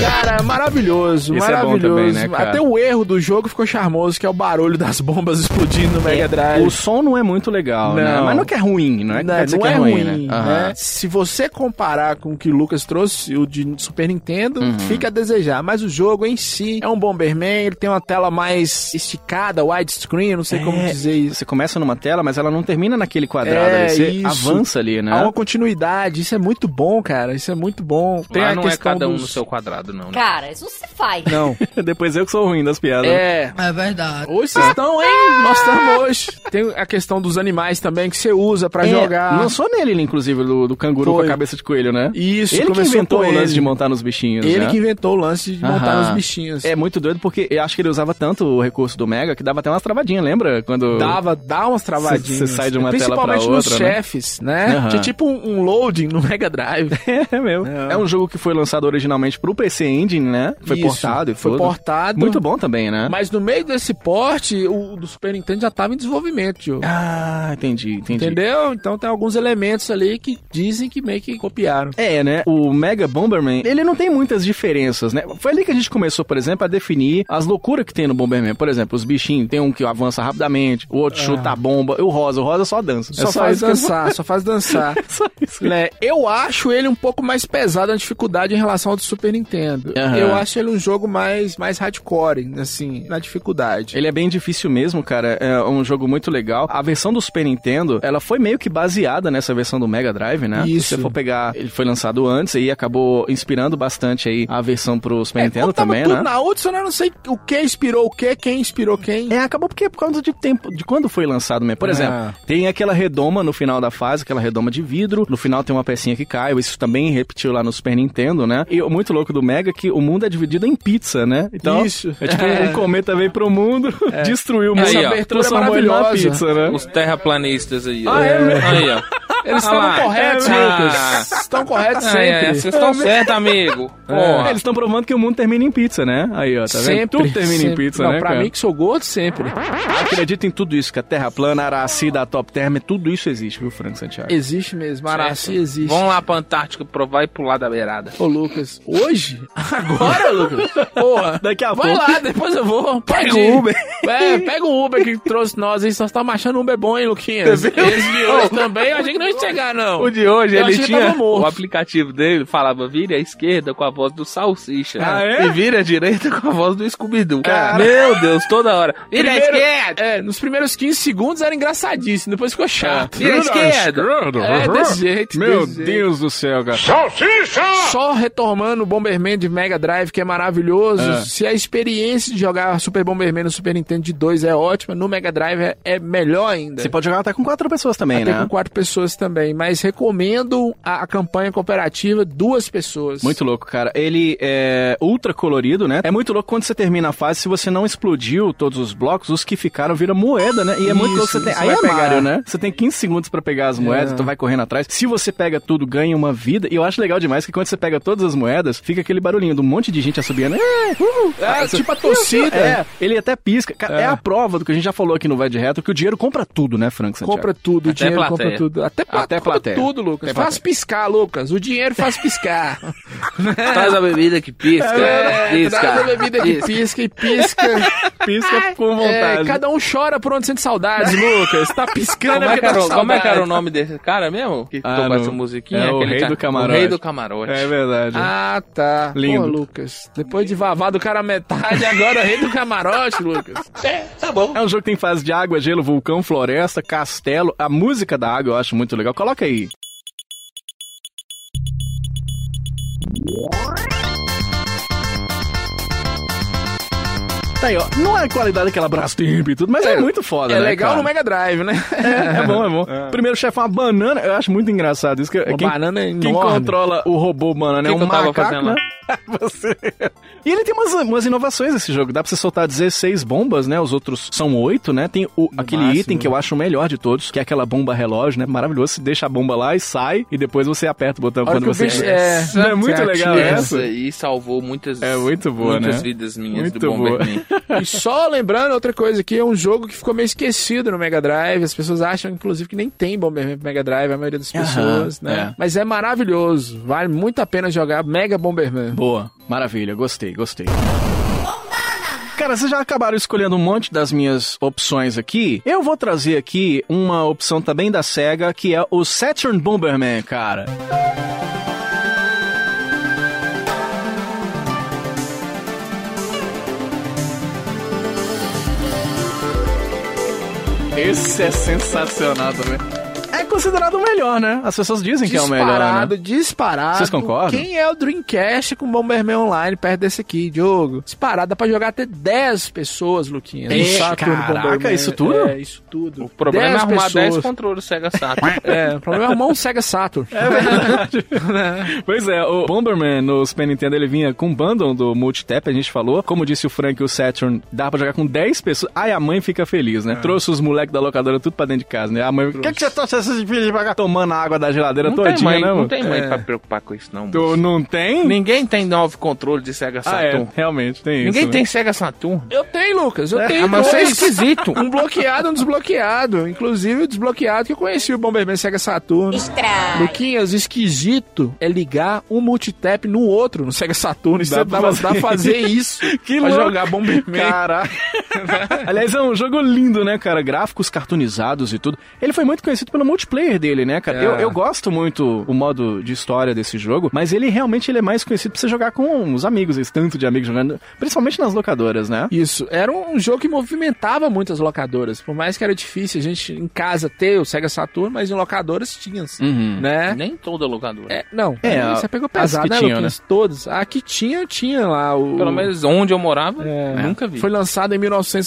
Cara, maravilhoso, Esse é bom maravilhoso. também, né, cara? Até o erro do jogo ficou charmoso, que é o barulho das bombas explodindo no Mega Drive. O som não é muito legal, né? Não. Mas não que é ruim, não é? que Não, quer dizer não que é ruim, né? Aham. Se você comparar com o que o Lucas trouxe, o de Super Nintendo, Uhum. fica a desejar. Mas o jogo em si é um Bomberman, ele tem uma tela mais esticada, widescreen, eu não sei como É, dizer isso. Você começa numa tela, mas ela não termina naquele quadrado É, ali. Você isso. avança ali, né? Há uma continuidade, isso é muito bom, cara, isso é muito bom. Tem Lá a não é questão cada um dos- no seu quadrado, não. né? Cara, isso se faz. Não, Depois eu que sou ruim das piadas. é... É verdade. Hoje vocês estão, hein? Nós estamos hoje. Tem a questão dos animais também que você usa pra É, jogar. Lançou nele, ele, inclusive, do, do canguru Foi. com a cabeça de coelho, né? Isso, ele que começou inventou com o lance ele. de montar nos bichinhos, Ele né? que inventou o lance de montar Aham. os bichinhos. É muito doido, porque eu acho que ele usava tanto o recurso do Mega que dava até umas travadinhas, lembra? Quando... Dava, dá umas travadinhas. Você É sai de uma tela pra Principalmente nos outra, né? chefes, né? Aham. Tinha tipo um, um loading no Mega Drive. É mesmo. É. um jogo que foi lançado originalmente pro PC Engine, né? Foi Isso, portado e Foi tudo. portado. Muito bom também, né? Mas no meio desse porte, o do Super Nintendo já tava em desenvolvimento, tio. Ah, entendi, entendi. Entendeu? Então tem alguns elementos ali que dizem que meio que copiaram. É, né? O Mega Bomberman, ele não tem muitas diferenças, né? Foi ali que a gente começou, por exemplo, a definir as loucuras que tem no Bomberman. Por exemplo, os bichinhos, tem um que avança rapidamente, o outro chuta a bomba, e o rosa, o rosa É só dança. É. Só, faz isso que eu- dançar, só faz dançar. Só isso. Né, eu acho ele um pouco mais pesado a dificuldade em relação ao do Super Nintendo. Aham. Eu acho ele um jogo mais, mais hardcore, assim, na dificuldade. Ele é bem difícil mesmo, cara. É um jogo muito legal. A versão do Super Nintendo, ela foi meio que baseada nessa versão do Mega Drive, né? Isso. Se você for pegar, ele foi lançado antes e acabou inspirando bastante aí a versão pro Super Nintendo como É, tava também, tudo né? na Hudson, eu não sei o que inspirou o que, quem inspirou quem. É, acabou porque é por causa de tempo, de quando foi lançado mesmo. Por Ah. exemplo, tem aquela redoma no final da fase, aquela redoma de vidro, no final tem uma pecinha que cai, isso também repetiu lá no Super Nintendo, né? E o muito louco do Mega é que o mundo é dividido em pizza, né? Então, Isso. É. é tipo um cometa veio pro mundo, destruiu o mundo, Essa e abertura transformou ele numa maravilhosa. pizza, né? Os terraplanistas aí. ó. Ah, é mesmo? Aí, ó. Eles Ah lá, estavam corretos, é, Lucas. ah. Estão corretos Ah, é, Tá sempre. Vocês estão certos, amigo. É, Porra. eles estão provando que o mundo termina em pizza, né? Aí, ó, tá sempre. vendo? Tudo termina em sempre. pizza, não, né, pra cara? mim que sou gordo, sempre. Acredita em tudo isso, que a Terra é plana, a Aracida, a Top Term, tudo isso existe, viu, Frank Santiago? Existe mesmo, Assim Araci existe. Vão lá pra Antártica provar e pular da beirada. Ô, Lucas, hoje? Agora, Lucas? Porra. Daqui a Vai pouco. lá, depois eu vou. Pega um o Uber. É, pega o Uber que trouxe nós aí. Nós estamos achando o Uber bom, hein, Luquinhas? Esse de hoje também, eu achei que não ia chegar, não. O de hoje, Eu ele achei que tinha tava morto. o aplicativo dele, falava vira à esquerda com a voz do Salsicha. Ah, é? E vira à direita com a voz do Scooby-Doo. Cara. Meu Deus, toda hora. Vira Primeiro- à esquerda! Ah. É, nos primeiros 15 segundos era engraçadíssimo, depois ficou chato. Vira à esquerda! É, desse jeito. Meu desse jeito. Deus do céu, cara. Só retomando o Bomberman de Mega Drive, que é maravilhoso. Ah. É. Se a experiência de jogar Super Bomberman no Super Nintendo de 2 é ótima, no Mega Drive é, é melhor ainda. Você pode jogar até com quatro pessoas também, Até né? com quatro pessoas também, mas recomendo a, a campanha cooperativa duas pessoas. Muito louco, cara. Ele é ultra colorido, né? É muito louco quando você termina a fase, se você não explodiu todos os blocos, os que ficaram viram moeda, né? E é muito Isso, louco. Você tem... você Aí vai é pegar. Mario, né? Você tem 15 segundos pra pegar as moedas, É. tu vai correndo atrás. Se você pega tudo, ganha uma vida. E eu acho legal demais que quando você pega todas as moedas, fica aquele barulhinho de um monte de gente assobiando. É, uhul. É, Ah, você- tipo a torcida. É, ele até pisca. Cara, é. a prova do que a gente já falou aqui no Vai de Reto, que o dinheiro compra tudo, né, Frank Santiago? É. Compra tudo, o Até dinheiro plateia. compra tudo. Até, pla- Até compra plateia. tudo, Lucas. Até faz piscar, Lucas. O dinheiro faz piscar. Traz a bebida que É, pisca. É, né? pisca. Traz a bebida que pisca e pisca. pisca com vontade. É, cada um chora por onde sente saudades, Lucas. Tá piscando Como é, porque que era, tá o- como é que era o saudade. nome desse cara mesmo? Que Ah, tocou não. essa musiquinha? É o Aquele Rei cara- do Camarote. O rei do camarote. É verdade. Ah, tá. Lindo. Pô, Lucas, depois de vavar do cara a metade, agora é o rei do camarote, Lucas. É um jogo que tem fase de água, gelo, vulcão, floresta, castelo. A música da água eu acho muito legal. Coloca aí. Tá aí, ó. Não é a qualidade daquela Brastemp e tudo, mas é, muito foda, É né, legal cara? no Mega Drive, né? É, é bom, é bom. Primeiro chefe é uma banana. Eu acho muito engraçado isso. Que, é Uma banana quem enorme. controla o robô banana Que é um que eu tava macaco, fazendo lá? né? Você. E ele tem umas, umas inovações nesse jogo. Dá pra você soltar 16 bombas, né? Os outros são 8, né? Tem o, aquele máximo. item que eu acho o melhor de todos, que é aquela bomba relógio, né? Maravilhoso. Você deixa a bomba lá e sai, e depois você aperta o botão Olha quando que o você... bicho- é, Não é muito legal essa. essa? aí salvou muitas, É muito boa, muitas né? vidas minhas Muito do Bomberman. E só lembrando outra coisa aqui, é um jogo que ficou meio esquecido no Mega Drive. As pessoas acham, inclusive, que nem tem Bomberman pro Mega Drive, a maioria das Aham, pessoas, né? é. Mas é maravilhoso. Vale muito a pena jogar Mega Bomberman. Boa, maravilha, gostei, gostei. Cara, vocês já acabaram escolhendo um monte das minhas opções aqui. Eu vou trazer aqui uma opção também da SEGA, que é o Saturn Bomberman, cara. Esse é sensacional também. É considerado o melhor, né? As pessoas dizem que é o melhor, Disparado, né? disparado. Vocês concordam? Quem é o Dreamcast com Bomberman Online perto desse aqui, Diogo? Disparado, dá pra jogar até 10 pessoas, Luquinha. no Ih, Saturn caraca, Bomberman. isso tudo? É, isso tudo. O problema é arrumar 10 pessoas. controles Sega Saturn. É, o problema é arrumar um Sega Saturn. É Né? Pois é, o Bomberman no Super Nintendo ele vinha com o bundle do Multitap, a gente falou. Como disse o Frank, o Saturn dá pra jogar com 10 pessoas. Ai, a mãe fica feliz, É. né? Trouxe os moleques da locadora tudo pra dentro de casa, né? A mãe. O que, que você trouxe esses filhos de pagar? Tomando a água da geladeira Não todinha, tem mãe, né, não mano? tem mãe É. pra preocupar com isso, não. moço. Tu não tem? Ninguém tem nove controles de Sega Ah, é, Saturn. realmente, tem Ninguém isso. né? tem Sega Saturn. Eu tenho, Lucas, eu tenho. ah, mas você é dois. esquisito. Um bloqueado, um desbloqueado. Inclusive, o desbloqueado que eu conheci o Bomberman Sega Saturno. Luquinhas, esquisito é ligar um multitap no outro, no Sega Saturno. Isso Dá dá, pra dá pra fazer. dá pra fazer isso. Que pra louco. jogar Bomberman. Caraca. Aliás, é um jogo lindo, né, cara? Gráficos cartoonizados e tudo. Ele foi muito conhecido pelo multiplayer dele, né, cara? É. Eu, eu gosto muito o modo de história desse jogo, mas ele realmente ele é mais conhecido pra você jogar com os amigos, esse tanto de amigos jogando, principalmente nas locadoras, né? Isso, era um jogo que movimentava muitas locadoras. Por mais que era difícil a gente em casa ter o Sega Saturno, mas em locadoras tinha, assim, Uhum. né? Nem toda locadora. É, não, É, aí você pegou as pesado, que né, tinham, Luquinhas? Todas. A que tinha, tinha lá o... Pelo menos onde eu morava, É. nunca vi. Foi lançado em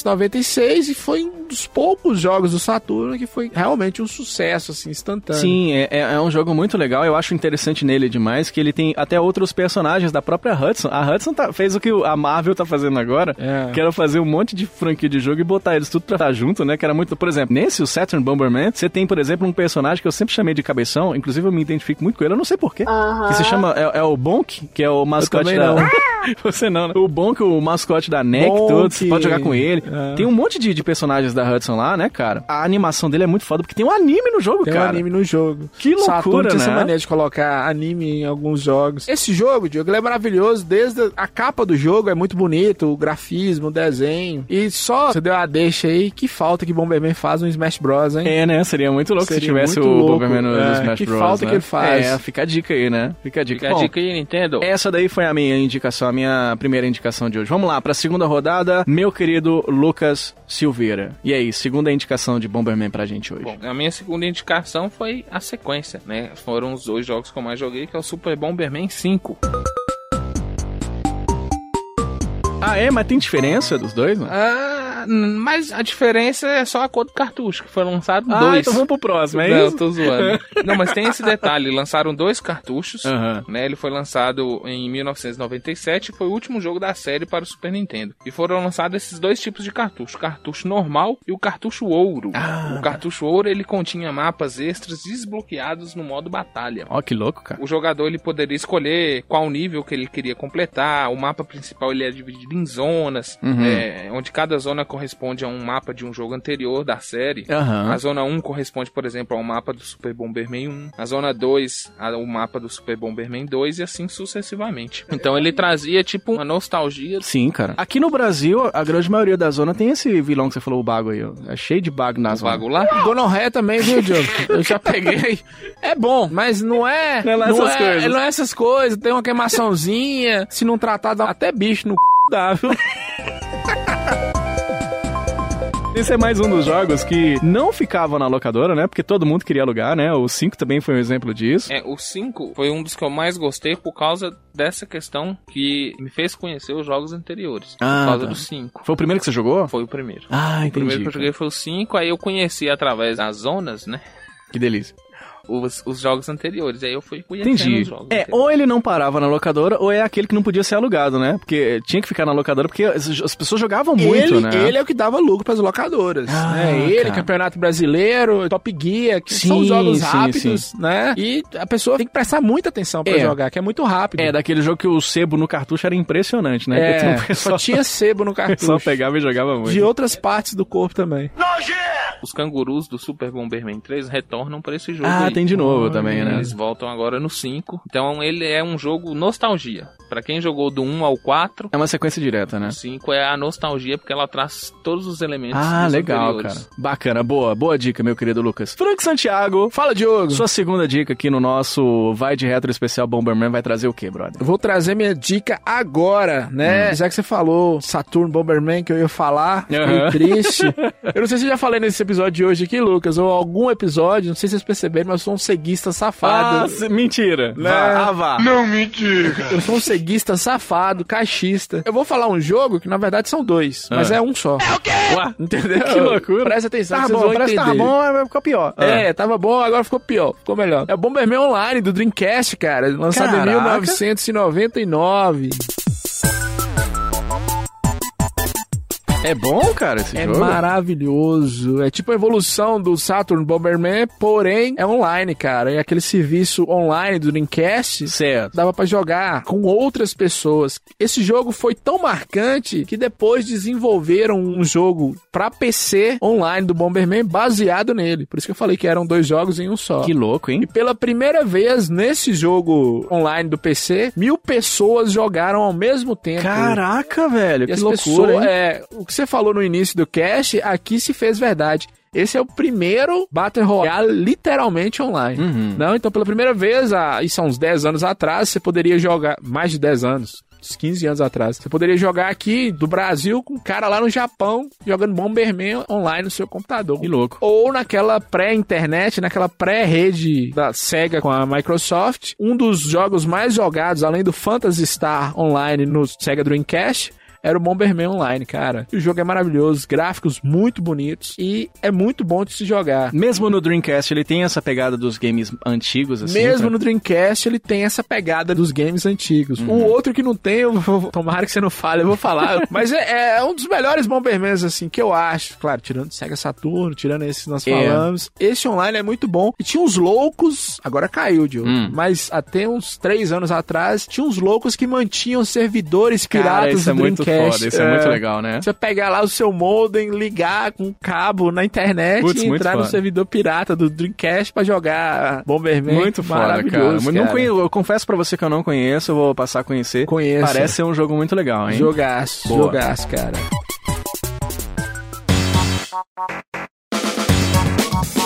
1996 e foi um dos poucos jogos do Saturno que foi realmente um sucesso, assim, instantâneo. Sim, é, é- é um jogo muito legal. Eu acho interessante nele demais que ele tem até outros personagens da própria Hudson. A Hudson tá- fez o que o- a Marvel tá fazendo agora, É. que era fazer um monte de franquia de jogo e botar eles tudo pra estar junto, né? Que era muito. Por exemplo, nesse o Saturn Bomberman, você tem, por exemplo, um personagem que eu sempre chamei de cabeção, inclusive eu me identifico muito com ele, eu não sei porquê. Que se chama. É, é o Bonk, que é o mascote também da. não. Você não, né? O Bonk, o mascote da NEC, Bonk. todo, você pode jogar com ele. É. Tem um monte de, de personagens da Hudson lá, né, cara? A animação dele é muito foda, porque tem um anime no jogo, Tem um cara. anime no jogo. Que loucura, Saturno tinha essa né? mania de colocar anime em alguns jogos. Esse jogo, Diogo, ele é maravilhoso. Desde a capa do jogo é muito bonito, o grafismo, o desenho. E só você deu a deixa aí, que falta que Bomberman faz no Smash Bros, hein? É, né? Seria muito louco se Seria tivesse o muito louco, Bomberman no é. Smash Que Bros. falta né? que ele faz. É, fica a dica aí, né? Fica a dica. Fica a Bom, dica aí, Nintendo. Essa daí foi a minha indicação, a minha primeira indicação de hoje. Vamos lá, pra segunda rodada, meu querido Lucas Silveira. E aí, segunda indicação de Bomberman pra gente hoje. Bom, a minha segunda indicação foi a sequência, né? Foram os dois jogos que eu mais joguei, que é o Super Bomberman 5. Ah, é? Mas tem diferença dos dois, né? Ah, mas a diferença é só a cor do cartucho, que foi lançado Ah, dois. então vamos pro próximo, é Não, isso? tô zoando. Não, mas tem esse detalhe, lançaram dois cartuchos, Aham. né? Ele foi lançado em 1997 e foi o último jogo da série para o Super Nintendo. E foram lançados esses dois tipos de cartucho, o cartucho normal e o cartucho ouro. Ah, o cartucho ouro, ele continha mapas extras desbloqueados no modo batalha. Ó, que louco, cara. O jogador ele poderia escolher qual nível que ele queria completar. O mapa principal ele é dividido em zonas, Uhum. é, onde cada zona corresponde a um mapa de um jogo anterior da série. Aham. A zona 1 corresponde, por exemplo, ao mapa do Super Bomberman 1. A zona 2 ao mapa do Super Bomberman 2 e assim sucessivamente. Então ele trazia tipo uma nostalgia. Sim, cara. Aqui no Brasil, a grande maioria da zona tem esse vilão que você falou, o bago aí. ó. É cheio de bago na zona. Vago lá. Gonorreia também, viu, Diogo? Eu já peguei. É bom, mas não é. Não é lá essas coisas. não é essas coisas. Tem uma queimaçãozinha. Se não tratar, dá até bicho no c dá, viu? Esse é mais um dos jogos que não ficavam na locadora, né? Porque todo mundo queria alugar, né? O 5 também foi um exemplo disso. É, o 5 foi um dos que eu mais gostei por causa dessa questão que me fez conhecer os jogos anteriores. Ah, por causa tá. do 5. Foi o primeiro que você jogou? Foi o primeiro. Ah, o entendi, primeiro que eu cara. joguei foi o 5, aí eu conheci através das zonas, né? Que delícia. Os, os jogos anteriores. Aí eu fui conhecendo os Entendi. jogos. É, ou ele não parava na locadora, ou é aquele que não podia ser alugado, né? Porque tinha que ficar na locadora, porque as as pessoas jogavam muito, ele, né? ele é o que dava lucro pras locadoras. Ah, né? Ele, cara. Campeonato Brasileiro, Top Gear, que são Sim, jogos sim, rápidos, sim. né? E a pessoa tem que prestar muita atenção pra É. jogar, que é muito rápido. É, daquele jogo que o sebo no cartucho era impressionante, né? É, Porque tem um só pessoal- tinha sebo no o pessoal cartucho. pegava e jogava muito. De outras partes do corpo também. Os cangurus do Super Bomberman 3 retornam pra esse jogo. Ah, aí. tem de novo também, né? Eles voltam agora no 5. Então ele é um jogo nostalgia. Pra quem jogou do 1 ao 4, É uma sequência direta, né? o 5 é a nostalgia porque ela traz todos os elementos. Ah, dos legal, cara. anteriores. Bacana, boa, boa dica, meu querido Lucas. Frank Santiago, Fala, Diogo. sua segunda dica aqui no nosso Vai de Retro Especial Bomberman vai trazer o quê, brother? Eu Vou trazer minha dica agora, né? Hum. Já que você falou Saturn Bomberman que eu ia falar, fiquei Aham. triste. Eu não sei se eu já falei nesse episódio de hoje aqui, Lucas, ou algum episódio, não sei se vocês perceberam, mas eu sou um ceguista safado. Ah, se- mentira. Vá, ah, vá. eu sou um ceguista safado, caixista. Eu vou falar um jogo que na verdade são dois, mas Ah. é um só. Ué, entendeu? Que loucura. Presta atenção, Tá que vocês bom, vão parece que tá entender. bom, mas ficou pior. É, tava bom, agora ficou pior, ficou melhor. É o Bomberman Online do Dreamcast, cara, lançado Caraca. em 1999. Ah. É bom, cara, esse É jogo? maravilhoso. É tipo a evolução do Saturn Bomberman, porém é online, cara. É aquele serviço online do Dreamcast. Certo. Dava pra jogar com outras pessoas. Esse jogo foi tão marcante que depois desenvolveram um jogo pra PC online do Bomberman baseado nele. Por isso que eu falei que eram dois jogos em um só. Que louco, hein? E pela primeira vez nesse jogo online do PC, mil pessoas jogaram ao mesmo tempo. Caraca, velho, E que as loucura, pessoas, hein? é, o que você falou no início do cast, aqui se fez verdade. Esse é o primeiro Battle Royale literalmente online. Uhum. Não, então pela primeira vez, há, isso há uns 10 anos atrás, você poderia jogar, mais de 10 anos, uns 15 anos atrás, você poderia jogar aqui do Brasil com um cara lá no Japão jogando Bomberman online no seu computador. Que louco. Ou naquela pré-internet, naquela pré-rede da SEGA com a Microsoft. Um dos jogos mais jogados, além do Phantasy Star Online no SEGA Dreamcast, era o Bomberman Online, cara. E O jogo é maravilhoso, gráficos muito bonitos e é muito bom de se jogar. Mesmo no Dreamcast, ele tem essa pegada dos games antigos, assim. Mesmo né? no Dreamcast, ele tem essa pegada dos games antigos. Uhum. O outro que não tem, eu vou, tomara que você não fale, eu vou falar. Mas é, é um dos melhores Bombermans, assim, que eu acho. Claro, tirando Sega Saturno, tirando esses que nós É. falamos. Esse online é muito bom. E tinha uns loucos, agora caiu, Diogo. Hum. Mas até uns três anos atrás, tinha uns loucos que mantinham servidores piratas Cara, isso do é muito Dreamcast. foda, isso é, muito legal, né? Você pegar lá o seu modem, ligar com o cabo na internet Putz, e muito entrar no foda. servidor pirata do Dreamcast pra jogar Bomberman. Muito foda, cara. Maravilhoso, Mas Não conheço, eu confesso pra você que eu não conheço, eu vou passar a conhecer. Conheço. Parece ser um jogo muito legal, hein? Jogaço, Boa. jogaço, cara.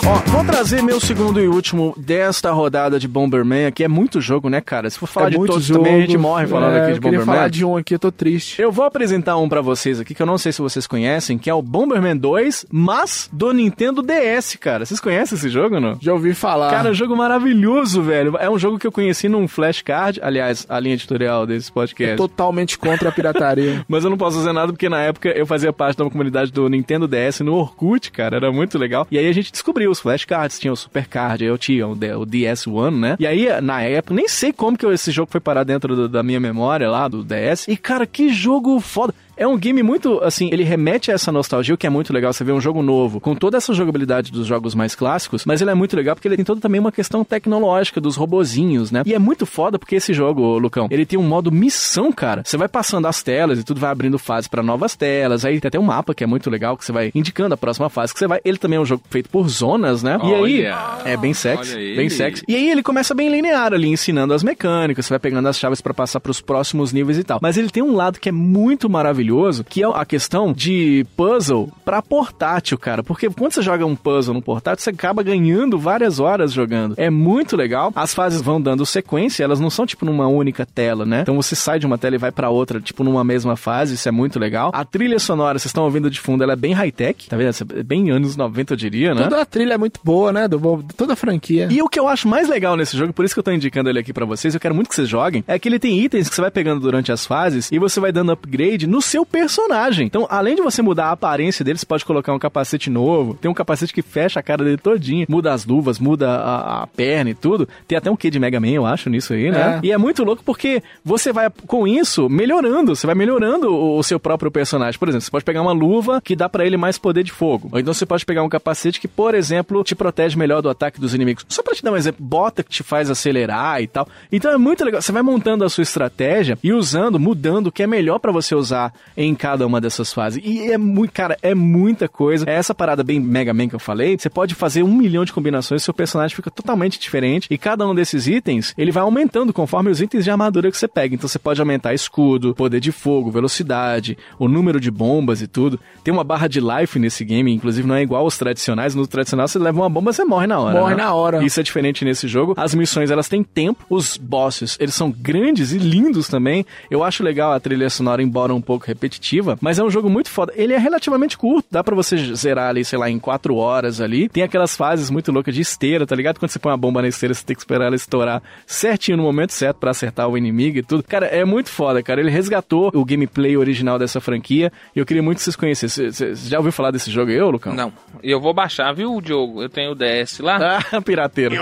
Ó, vou trazer meu segundo e último desta rodada de Bomberman aqui. É muito jogo, né, cara? Se for falar É de muito todos jogo. também, a gente morre falando É, aqui eu de queria Bomberman. falar de um aqui, eu tô triste. Eu vou apresentar um pra vocês aqui que eu não sei se vocês conhecem, que é o Bomberman 2, mas do Nintendo DS, cara. Vocês conhecem esse jogo ou não? Já ouvi falar. Cara, é um jogo maravilhoso, velho. É um jogo que eu conheci num flashcard, aliás, a linha editorial desse É podcast. totalmente contra a pirataria. Mas eu não posso fazer nada porque na época eu fazia parte de uma comunidade do Nintendo DS no Orkut, cara. Era muito legal. E aí a gente descobriu os flashcards, tinha o Supercard, eu tinha o, D- o DS1, né? E aí, na época, nem sei como que eu- esse jogo foi parar dentro do- da minha memória lá, do DS. E, cara, que jogo foda. É um game muito, assim, ele remete a essa nostalgia, o que é muito legal. Você vê um jogo novo, com toda essa jogabilidade dos jogos mais clássicos, mas ele é muito legal porque ele tem toda também uma questão tecnológica dos robozinhos, né? E é muito foda porque esse jogo, ô, Lucão, ele tem um modo missão, cara. Você vai passando as telas e tudo vai abrindo fase pra novas telas. Aí tem até um mapa que é muito legal, que você vai indicando a próxima fase que você vai. Ele também é um jogo feito por zonas, né? E aí, Olha. é bem sexy, Olha ele. bem sexy. E aí ele começa bem linear ali, ensinando as mecânicas, você vai pegando as chaves pra passar pros próximos níveis e tal. Mas ele tem um lado que é muito maravilhoso maravilhoso, que é a questão de puzzle pra portátil, cara. Porque quando você joga um puzzle no portátil, você acaba ganhando várias horas jogando. É muito legal. As fases vão dando sequência, elas não são tipo numa única tela, né? Então você sai de uma tela e vai pra outra, tipo numa mesma fase, isso é muito legal. A trilha sonora, vocês estão ouvindo de fundo, ela é bem high-tech, tá vendo? Essa é Bem anos 90, eu diria, né? Toda a trilha é muito boa, né? Do, Bob- toda a franquia. E o que eu acho mais legal nesse jogo, por isso que eu tô indicando ele aqui pra vocês, eu quero muito que vocês joguem, é que ele tem itens que você vai pegando durante as fases e você vai dando upgrade no seu personagem. Então, além de você mudar a aparência dele, você pode colocar um capacete novo, tem um capacete que fecha a cara dele todinho, muda as luvas, muda a, a perna e tudo. Tem até um quê de Mega Man, eu acho, nisso aí, né? É. E é muito louco porque você vai, com isso, melhorando. Você vai melhorando o, o seu próprio personagem. Por exemplo, você pode pegar uma luva que dá pra ele mais poder de fogo. Ou então você pode pegar um capacete que, por exemplo, te protege melhor do ataque dos inimigos. Só pra te dar um exemplo, bota que te faz acelerar e tal. Então é muito legal. Você vai montando a sua estratégia e usando, mudando o que é melhor pra você usar em cada uma dessas fases. E é muito, cara, é muita coisa. É essa parada bem Mega Man que eu falei. Você pode fazer um milhão de combinações, seu personagem fica totalmente diferente. E cada um desses itens, ele vai aumentando conforme os itens de armadura que você pega. Então você pode aumentar escudo, poder de fogo, velocidade, o número de bombas e tudo. Tem uma barra de life nesse game, inclusive não é igual aos tradicionais. No tradicional você leva uma bomba, você morre na hora. Morre né? na hora. Isso é diferente nesse jogo. As missões, elas têm tempo. Os bosses, eles são grandes e lindos também. Eu acho legal a trilha sonora, embora um pouco repetitiva, mas é um jogo muito foda. Ele é relativamente curto, dá pra você zerar ali, sei lá, em quatro horas ali. Tem aquelas fases muito loucas de esteira, tá ligado? Quando você põe uma bomba na esteira, você tem que esperar ela estourar certinho no momento certo pra acertar o inimigo e tudo. Cara, é muito foda, cara. Ele resgatou o gameplay original dessa franquia e eu queria muito que vocês conhecessem. Você já ouviu falar desse jogo aí, ô, Lucão? Não. E eu vou baixar, viu, Diogo? Eu tenho o DS lá. Ah, pirateiro.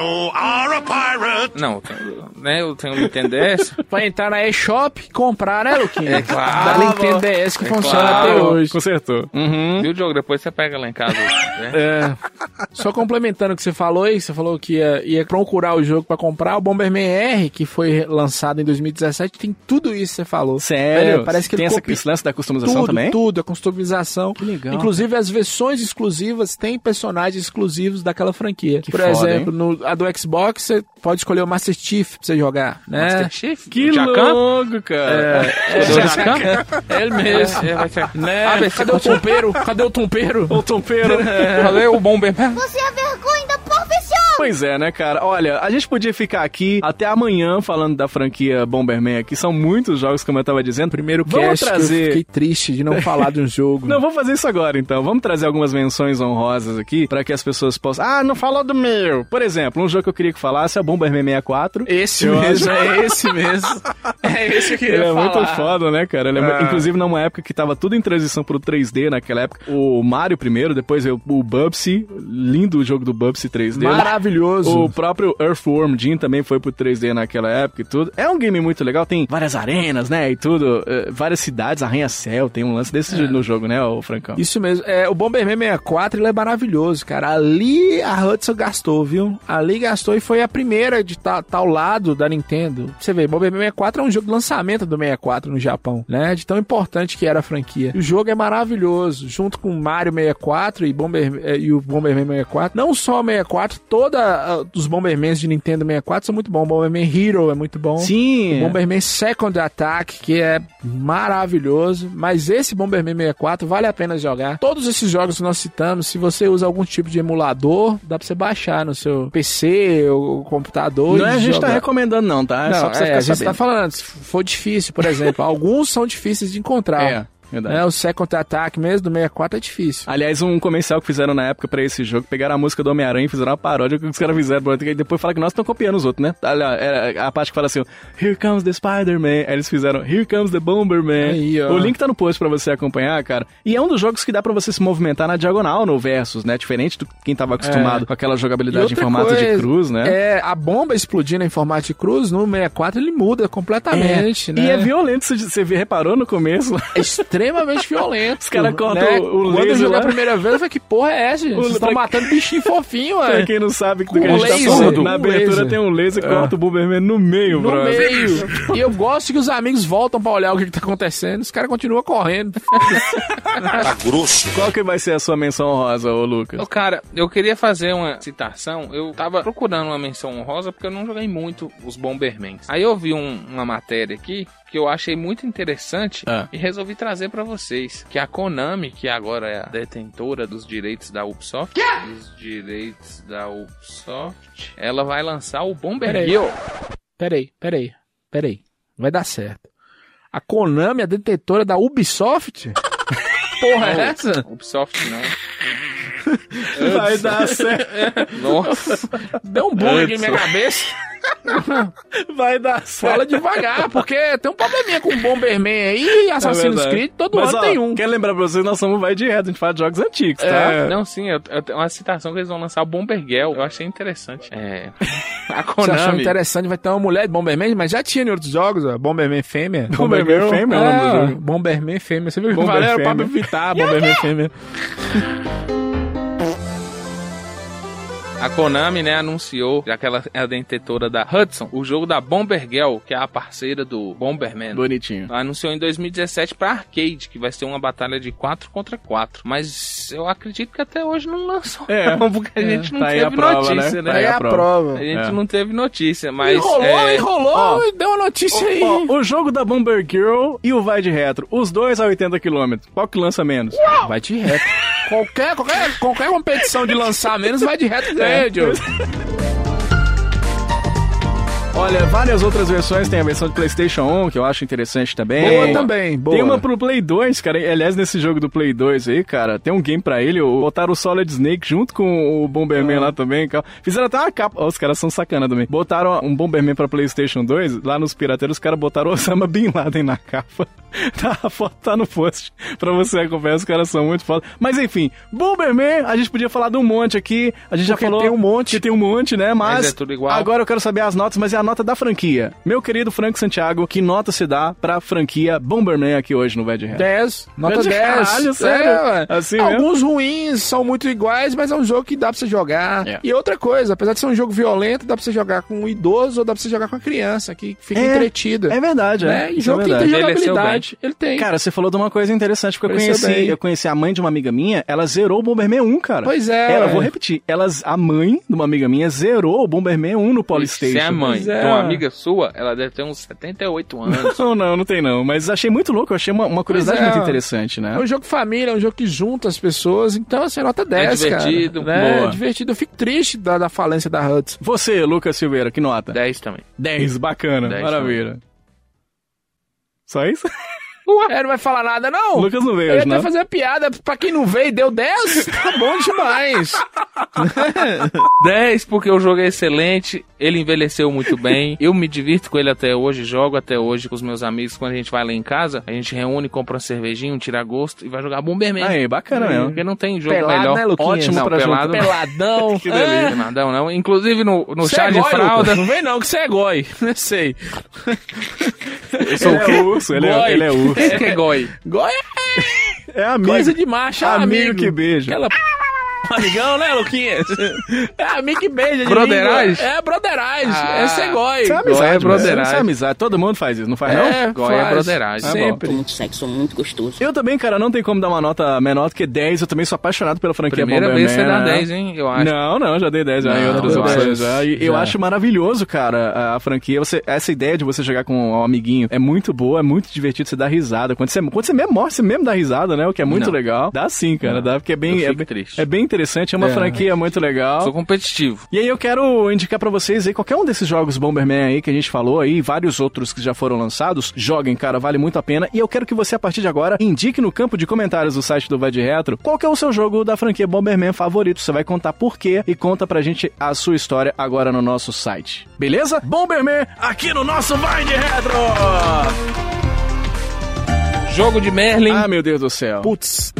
Não, eu tenho, né? Eu tenho o Nintendo DS. Pra entrar na eShop e comprar, né, Luquinha? É claro. Da Nintendo DS que É funciona claro. até hoje. Ah, Consertou. Uhum. Viu, Diogo? Depois você pega lá em casa. Né? É. Só complementando o que você falou aí, você falou que ia, ia procurar o jogo pra comprar. O Bomberman R, que foi lançado em 2017, tem tudo isso que você falou. Sério? Velho, É, parece que tem ele essa, copiou esse lance da customização tudo, também? tudo, a customização. Que legal. Inclusive, as versões exclusivas têm personagens exclusivos daquela franquia. Que Por foda, exemplo, no- a do Xbox, você pode escolher o Master Chief pra você jogar, né? É. Master Chief? Que O Jacan? louco, cara. É, Cadê o é, Jacan? ele mesmo. É, vai ser- Né? Ah, mas Cadê o tompeiro? Cadê o tompeiro? O tompeiro. Cadê o Bomberman? Você é a vergonha da profissão! Pois é, né, cara? Olha, a gente podia ficar aqui até amanhã falando da franquia Bomberman aqui. São muitos jogos, como eu tava dizendo. Primeiro Vamos Cast, que Eu trazer... fiquei triste de não falar de um jogo. Não, vamos fazer isso agora então. Vamos trazer algumas menções honrosas aqui pra que as pessoas possam. Ah, não falou do meu! Por exemplo, um jogo que eu queria que falasse é o Bomberman 64. Esse Eu mesmo, acho- é esse mesmo. É esse que eu Ele ia é falar. Ah. muito foda, né, cara? Ele é mu- Inclusive, numa época que tava tudo em transição pro 3D naquela época. O Mario primeiro, depois veio o Bubsy. Lindo o jogo do Bubsy 3D. Maravilhoso. O próprio Earthworm Jim também foi pro 3D naquela época e tudo. É um game muito legal, tem várias arenas, né, e tudo. eh, várias cidades, arranha-céu, tem um lance desse É. no jogo, né, o Francão? Isso mesmo. É, o Bomberman 64 ele é maravilhoso, cara. Ali a Hudson gastou, viu? Ali gastou e foi a primeira de tal lado da Nintendo. Você vê, Bomberman 64 é um jogo de lançamento do 64 no Japão, né? De tão importante que era a franquia. E o jogo é maravilhoso, junto com Mario 64 e, Bomber, eh, e o Bomberman 64. Não só o 64, todos ah, os Bombermans de Nintendo 64 são muito bons. O Bomberman Hero é muito bom. é Sim. é. O Bomberman Second Attack, que é maravilhoso, mas esse Bomberman 64 vale a pena jogar. Todos esses jogos que nós citamos, se você usa algum tipo de emulador, dá pra você baixar no seu PC ou computador. Não e é a gente jogar. tá recomendando, não, tá? É Não, só pra você é, ficar a gente sabendo. tá falando, se for difícil, por exemplo, alguns são difíceis de encontrar. É, verdade. Né, o Second Attack mesmo do 64 é difícil. Aliás, um comercial que fizeram na época pra esse jogo, pegaram a música do Homem-Aranha e fizeram uma paródia que os caras fizeram. E depois falaram que nós estamos copiando os outros, né? Olha, era a parte que fala assim: Here comes the Spider-Man. Aí eles fizeram Here comes the Bomberman. Aí, ó. o link tá no post pra você acompanhar, cara. E é um dos jogos que dá pra você se movimentar na diagonal no Versus, né? Diferente do quem tava acostumado com aquela É. E jogabilidade em outra formato de coisa, cruz, né? É, a bomba explodindo em formato de cruz, no 64 ele muda completamente, né? E é violento, você- você reparou no começo? É extremamente violento. Né? Os cara cortam o- o Quando eu laser joguei lá. a primeira vez, eu falei, que porra é essa, gente? O- Tá Vocês estão pra- matando bichinho fofinho, Pra ué. quem não sabe do Com que a gente Um laser, tá falando, na com abertura laser. tem um laser que corta o Bomberman no meio, No brother. meio. E eu gosto que os amigos voltam pra olhar o que, que tá acontecendo. Os caras continuam correndo. Qual que vai ser a sua menção rosa, ô Lucas? Ô, cara, eu queria fazer uma citação. Eu tava procurando uma menção honrosa porque eu não joguei muito os Bombermans. Aí eu vi um- uma matéria aqui que eu achei muito interessante Ah. e resolvi trazer pra vocês. Que a Konami, que agora é a detentora dos direitos da Ubisoft, dos direitos da Ubisoft, ela vai lançar o Bomber Peraí. Hill. Peraí, peraí, peraí. Vai dar certo. A Konami, a detetora da Ubisoft? Porra, é essa? Ubisoft não. Vai dar certo. Nossa. Deu um bug em Hudson. minha cabeça. Vai dar Fala devagar, porque tem um probleminha com Bomberman aí e Assassin's É verdade. Creed, todo Mas, ano ó, tem um. Quero lembrar pra vocês, nós somos vai de reto, a gente fala de jogos antigos, tá? É, Não, sim, eu, eu tenho uma citação que eles vão lançar o Bomber Girl. Eu achei interessante. É. A Você achou Konami. interessante, vai ter uma mulher de Bomberman, mas já tinha em outros jogos, ó. Bomberman Fêmea. Bomberman Fêmea é o nome do é, jogo. Bomberman Fêmea. Você viu que eu Bomber falei? Era pra Fêmea. evitar Bomberman Fêmea. A Konami, né, anunciou, já que ela é a detetora da Hudson, o jogo da Bomber Girl, que é a parceira do Bomberman. Bonitinho. Anunciou em 2017 pra arcade, que vai ser uma batalha de 4 contra 4. Mas eu acredito que até hoje não lançou. É. não, porque a É. gente não Tá aí teve a prova, né? notícia, né? Tá aí a prova. A gente É. não teve notícia, mas. enrolou, é, enrolou Ó. e deu uma notícia aí. Ó, o jogo da Bomber Girl e o Vai de Retro, os dois a 80 km. Qual que lança menos? Vai de reto. qualquer, qualquer, qualquer competição de lançar menos, vai de reto e ganha, Diogo. Olha, várias outras versões. Tem a versão de PlayStation 1, que eu acho interessante também. Boa também, boa. Tem uma pro Play 2, cara. E, Aliás, nesse jogo do Play 2 aí, cara, tem um game pra ele. o- Botaram o Solid Snake junto com o Bomberman lá também. cara. Fizeram até uma capa. Ó, os caras são sacana também. Botaram um Bomberman pra PlayStation 2. Lá nos Pirateiros, os caras botaram o Osama Bin Laden na capa. Tá, a foto tá no post pra você acompanhar. Os caras são muito foda. Mas enfim, Bomberman, a gente podia falar de um monte aqui. A gente já falou. tem um monte. que tem um monte, né? Mas, é tudo igual. agora eu quero saber as notas, mas é a nota da franquia. Meu querido Franco Santiago, que nota se dá pra franquia Bomberman aqui hoje no Bad Hat? 10, nota Mas, 10. caralho, sério? É, ué. Assim Alguns ruins são muito iguais, mas é um jogo que dá pra você jogar. É. E outra coisa, apesar de ser um jogo violento, dá pra você jogar com um idoso ou dá pra você jogar com a criança, que fica É, entretida. É verdade, é. né? E Isso jogo é que tem verdade. Envelheceu jogabilidade. Ele tem. Cara, você falou de uma coisa interessante, porque eu Conheceu conheci, bem. eu conheci a mãe de uma amiga minha, ela zerou o Bomberman 1, cara. Pois é, Ela, ué. vou repetir, ela, a mãe de uma amiga minha zerou o Bomberman 1 no Polystation. Se é a mãe Pois de é. uma amiga sua, ela deve ter uns 78 anos. Não, não, não tem não. Mas achei muito louco, eu achei uma, uma curiosidade é, muito ó. interessante, né? É um jogo família, é um jogo que junta as pessoas, então assim, nota 10, cara. divertido, né? É boa. É divertido. Eu fico triste da, da falência da Hudson. Você, Lucas Silveira, que nota? 10 também. 10, bacana, 10, maravilha. Só isso? É, não vai falar nada, não? O Lucas não veio Eu ia hoje, até né? fazer uma piada, pra quem não veio e deu 10, tá bom demais. 10 porque o jogo é excelente, ele envelheceu muito bem, eu me divirto com ele até hoje, jogo até hoje com os meus amigos. Quando a gente vai lá em casa, a gente reúne, compra uma cervejinha, um tira-gosto e vai jogar Bomberman. Aí, bacana mesmo. Porque não tem jogo Pelado, melhor. né, Luquinhas? Ótimo Não, pra pelado. juntar. Peladão. Que delícia. Peladão, não. Inclusive no, no Você chá é de goi, fralda. Lucas? Não vem não, que você é goi. Não sei. Eu sou ele é urso, ele é, Boy. ele é urso. Esse que é goi. Goi é É amigo. coisa de macho, é amigo, amigo. que beija. Aquela... p- Amigão, né, Luquinhas? É amigo que beija de Broderagem? língua. É, broderagem. Ah. é ser goi. Isso é Goi é amizade, velho. brotheragem. Isso é amizade. Todo mundo faz isso, não faz não? É, Goi é faz. Tá broderagem. Sempre. Muito sexo, muito gostoso. Eu também, cara, não tem como dar uma nota menor do que 10. Eu também sou apaixonado pela franquia Primeira vez você dá Bomberman, né? 10, hein? Eu acho. Não, não, já dei 10 já em Não, outras eu opções. acho. Já. E Eu Já. acho maravilhoso, cara, a- a franquia. Você, essa ideia de você jogar com um amiguinho é muito boa, é muito divertido, você dá risada. Quando você, quando você mesmo morre, você mesmo dá risada, né? O que é muito Não. legal. Dá sim, cara, Não. dá, porque é Eu bem, é fico bem, triste. é bem interessante, é uma É. franquia muito legal. Sou competitivo. E aí eu quero indicar pra vocês aí, qualquer um desses jogos Bomberman aí que a gente falou aí, vários outros que já foram lançados, joguem, cara, vale muito a pena. E eu quero que você, a partir de agora, indique no campo de comentários do site do Vai de Retro qual que é o seu jogo da franquia Bomberman favorito. Você vai contar por quê e conta pra gente a sua história agora no nosso site. Beleza? Bomberman aqui no nosso Vai de Retro! Jogo de Merlin. Ah, meu Deus do céu. Putz.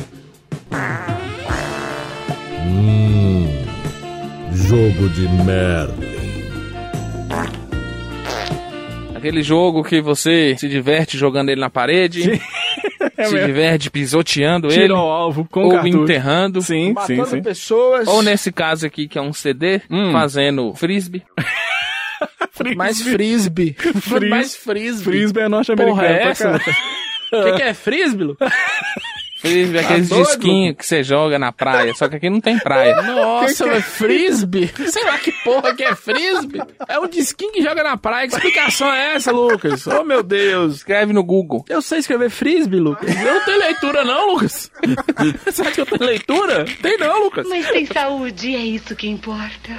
Jogo de Merlin. Aquele jogo que você se diverte jogando ele na parede, se diverte pisoteando ele, Tira o alvo com ou cartucho. enterrando, Sim, sim, Matando sim. pessoas. ou nesse caso aqui que é um CD, fazendo frisbee. Mais frisbee. Fris- Mais frisbee. Frisbee é norte-americano, Porra, é pra essa? caralho. O que, que é frisbee, Lu? Frisbee é aqueles doido? disquinhos que você joga na praia, só que aqui não tem praia. Nossa, é? mas frisbee? Sei lá que porra que é frisbee. É um disquinho que joga na praia. Que explicação é essa, Lucas? Oh, meu Deus. Escreve no Google. Eu sei escrever frisbee, Lucas. Eu não tenho leitura, não, Lucas. Você acha que eu tenho leitura? Tem não, Lucas. Mas tem saúde e é isso que importa.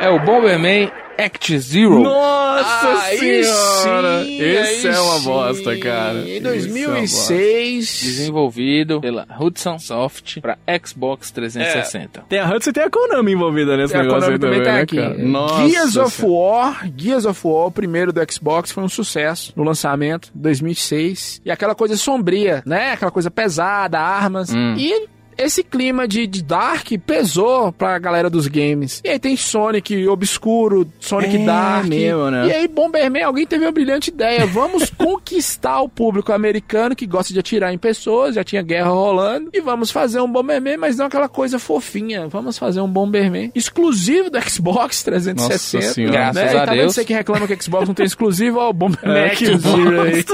É o Bomberman Act Zero. Nossa Aí senhora! sim, Esse aí é uma sim. bosta, cara. Esse Em é uma 2006. Desenvolvido pela Hudson Soft para Xbox 360. 360. Tem a Hudson e tem a Konami envolvida nesse É, a negócio Konami aí também também, tá né, aqui. cara? Nossa. Gears of senhora. War, Gears of War, o primeiro do Xbox, foi um sucesso no lançamento, 2006. E aquela coisa sombria, né? Aquela coisa pesada, armas. Hum. E esse clima de, de Dark pesou pra galera dos games. E aí tem Sonic obscuro, Sonic É Dark. mesmo, né? E aí Bomberman, alguém teve uma brilhante ideia. Vamos conquistar o público americano que gosta de atirar em pessoas, já tinha guerra rolando. E vamos fazer um Bomberman, mas não aquela coisa fofinha. Vamos fazer um Bomberman exclusivo do Xbox 360. Nossa senhora. Graças E a tá vendo Deus. Você que reclama que Xbox não tem exclusivo, ó, o Bomberman É, Max que Zero aí.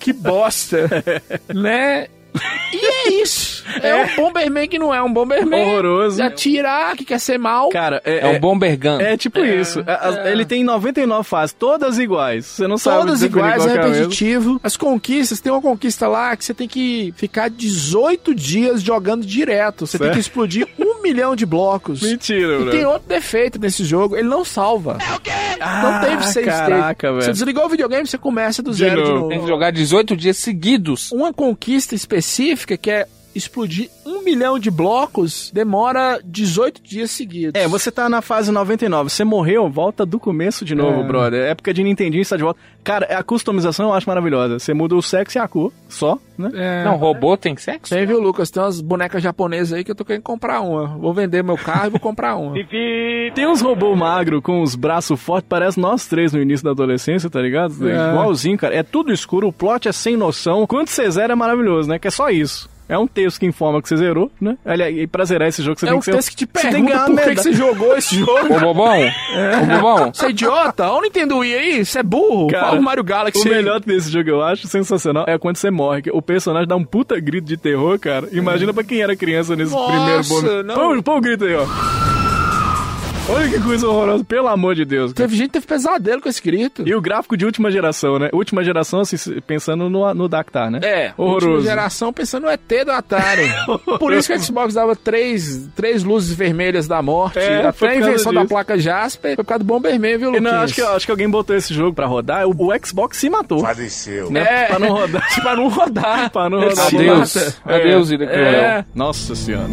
Que bosta. né? E é isso. É, um Bomberman que não é um Bomberman. Horroroso. Atirar, que quer ser mal. Cara, é, É um Bomber Gun. é tipo isso. A- a- Ele tem 99 fases, todas iguais. Você não sabe É. Todas dizer qual iguais, é qual que a mesma. repetitivo. As conquistas, tem uma conquista lá que você tem que ficar 18 dias jogando direto. Você tem Certo. que explodir um milhão de blocos. Mentira, É E bro. tem outro defeito nesse jogo, ele não salva. não teve save state. Ah, caraca, velho. Você desligou o videogame, você começa do De zero novo. de Tem que novo. jogar 18 dias seguidos. Uma conquista específica que é explodir um milhão de blocos demora 18 dias seguidos. É, você tá na fase 99, você morreu, volta do começo de novo, É. brother. É Época de Nintendinho, está de volta. Cara, a customização eu acho maravilhosa. Você muda o sexo e a cor, só, né? É. Não, robô tem sexo? Tem, viu, Lucas? Tem umas bonecas japonesas aí que eu tô querendo comprar uma. Vou vender meu carro e vou comprar uma. Tem uns robô magro com os braços fortes, parece nós três no início da adolescência, tá ligado? É. Igualzinho, cara. É tudo escuro, o plot é sem noção. Quando você zera é maravilhoso, né? Que é só isso. É um texto que informa que você zerou, né? Olha, e pra zerar esse jogo você É tem um que ser... texto que te você tem que pergunta ganhar por que, medalha. que você jogou esse jogo. Ô bobão, ô bobão, Você é idiota? Olha o Nintendo Wii aí, você é burro. Cara, Fala o Mario Galaxy. O aí. melhor desse jogo, eu acho, sensacional, é quando você morre. que O personagem dá um puta grito de terror, cara. Imagina pra quem era criança nesse É. Nossa, primeiro bônus. não. Põe, põe o grito aí, ó. Olha que coisa horrorosa, pelo amor de Deus, cara. Teve gente que teve pesadelo com esse grito. E o gráfico de última geração, né? Última geração, assim, se- pensando no, no Dactar, né? É, última horroroso. geração pensando no ET do Atari. Por isso que o Xbox dava três, três luzes vermelhas da morte. É, foi Até por a causa invenção da disso. placa Jasper foi por causa do Bomberman, viu, E Lucas? não, acho que, acho que alguém botou esse jogo pra rodar. O, o Xbox se matou. Faleceu. Né? É. Pra não rodar. Pra não rodar. pra não Esse rodar. adeus, Mata. adeus, Ida É. Cruel. Nossa senhora.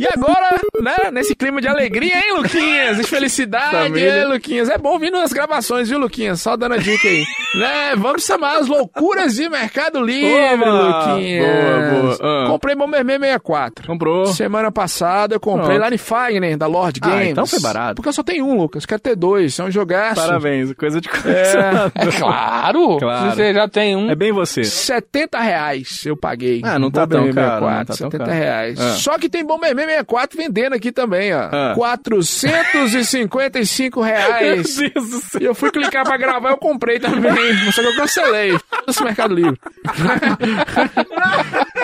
E agora, né, nesse clima de alegria, hein, Luquinhas? De felicidade, Família. hein, Luquinhas? É bom vir nas gravações, viu, Luquinhas? Só dando a dica aí. né, vamos chamar as loucuras de Mercado Livre, Oba! Luquinhas. Boa, boa. Ah. Comprei Bomberman 64. Comprou. Semana passada eu comprei Pronto. lá em Fagner, da Lord Ah, Games. então foi barato. Porque eu só tenho um, Lucas. Quero ter dois. É um jogaço. Parabéns, coisa de É. colecionador. É claro, Claro. Se você já tem um. É bem você. 70 reais eu paguei. Ah, não tá Bomberman tão caro, não tá tão 64, 70 caro. reais. Ah. Só que tem Bomberman 64 vendendo aqui também, ó. Ah. 455 é reais. Meu Deus do céu. E eu fui clicar pra gravar, eu comprei também. Só que eu cancelei. Esse Mercado Livre.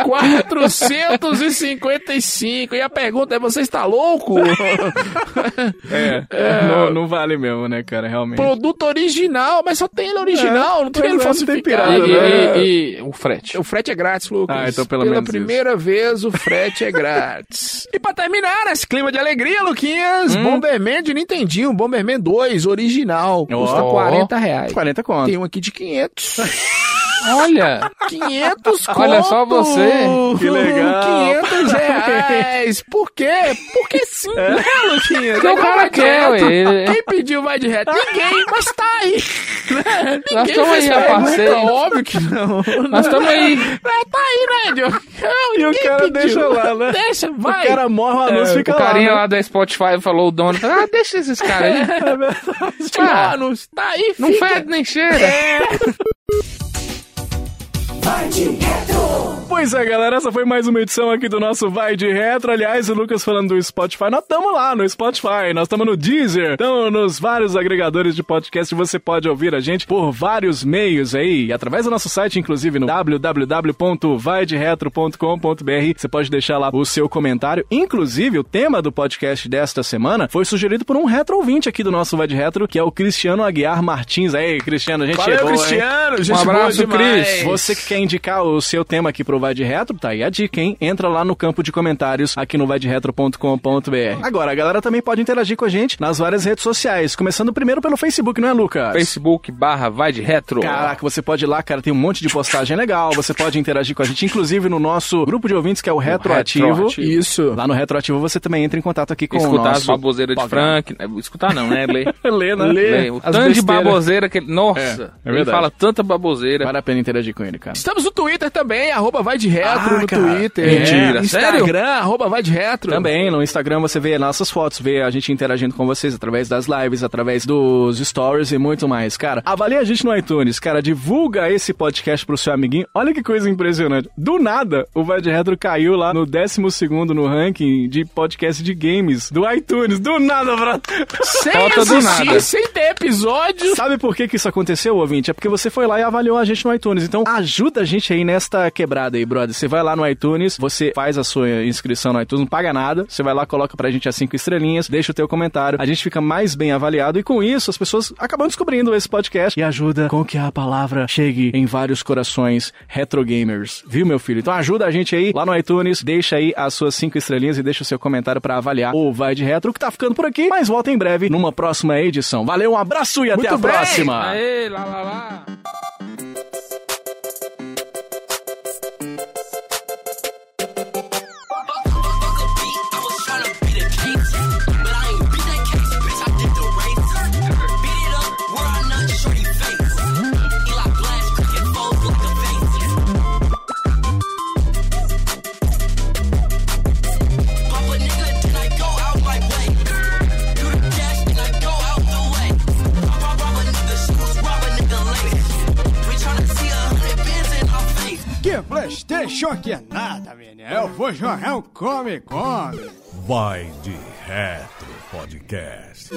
455. E a pergunta é: você está louco? É. Não, não vale mesmo, né, cara? Realmente. Produto original, mas só tem ele original, não tem pois é, ele não tem falsificado. pirata, E- né? e- e, e- e o frete. O frete é grátis, Lucas. Ah, então pelo Pela menos primeira vez o frete é grátis. Hum. e pra terminar, esse clima de alegria, Luquinhas, Bomberman de Nintendinho, Bomberman 2, original. Custa Ó. 40 reais. 40 conto. Tem um aqui de 500. Olha, 500 conto. Olha só você. Que legal. 500 reais. Por quê? Porque sim, É. né, Luquinhas? Porque o cara Vai quer, direto. ué, ele- Quem pediu vai de reto? Ninguém, mas tá aí. Né? Nós Ninguém tamo fez aí, pergunta, parceiro. Óbvio que não. Nós tamo aí. Mas tá aí, né, Diogo? E o cara deixa lá, né? Deixa, O vai. cara morre, a luz É, fica o carinha lá. lá da Spotify falou o dono. falou, Ah, deixa esses caras aí. Tá, não, É tá aí, Ah. Não É, fica. fede nem cheira. Pois é, galera, essa foi mais uma edição aqui do nosso Vai de Retro. Aliás, o Lucas falando do Spotify, nós estamos lá no Spotify, nós estamos no Deezer, estamos nos vários agregadores de podcast. Você pode ouvir a gente por vários meios aí, através do nosso site, inclusive no www.vaideretro.com.br. Você pode deixar lá o seu comentário. Inclusive, o tema do podcast desta semana foi sugerido por um retro ouvinte aqui do nosso Vai de Retro, que é o Cristiano Aguiar Martins. Aí, Cristiano, a gente Valeu, é boa, hein? Cristiano, gente um abraço, boa demais. Cris. Você que quer indicar o seu tema aqui pro Vai de Retro, tá aí a dica, hein? Entra lá no campo de comentários aqui no vaideretro.com.br. Agora, a galera também pode interagir com a gente nas várias redes sociais, começando primeiro pelo Facebook, não é, Lucas? Facebook barra vai de retro. Caraca, você pode ir lá, cara, tem um monte de postagem legal, você pode interagir com a gente, inclusive no nosso grupo de ouvintes, que é o Retroativo. Retroativo. Isso. Lá no Retroativo você também entra em contato aqui com o escutar nosso... as baboseiras de programa. Frank. né? Escutar não, né? Ler. Lê, né? Lê. O As tanto de besteiras. baboseira que ele. Nossa! É, é ele verdade. fala tanta baboseira. Vale a pena interagir com ele, cara. Estamos no Twitter também, arroba vai de retro Ah, no cara. Twitter. Mentira, Instagram, sério? arroba vai de retro. Também no Instagram você vê nossas fotos, vê a gente interagindo com vocês através das lives, através dos stories e muito mais. Cara, avalia a gente no iTunes, cara, divulga esse podcast pro seu amiguinho. Olha que coisa impressionante. Do nada, o Vai de Retro caiu lá no 12 no ranking de podcast de games do iTunes. Do nada, Brato. Sem Falta do assistir, nada. sem ter episódio. Sabe por que, que isso aconteceu, ouvinte? É porque você foi lá e avaliou a gente no iTunes. Então ajuda a gente aí nesta quebrada aí, brother. Você vai lá no iTunes, você faz a sua inscrição no iTunes, não paga nada. Você vai lá, coloca pra gente as cinco estrelinhas, deixa o teu comentário. A gente fica mais bem avaliado e com isso as pessoas acabam descobrindo esse podcast e ajuda com que a palavra chegue em vários corações retrogamers. Viu, meu filho? Então ajuda a gente aí lá no iTunes, deixa aí as suas cinco estrelinhas e deixa o seu comentário pra avaliar o Vai de Retro que tá ficando por aqui, mas volta em breve numa próxima edição. Valeu, um abraço e até Muito a bem. próxima! Aê, lá, lá, lá. Que é Playstation que é nada, menino. Eu vou jogar um Come Come. Vai de Retro Podcast.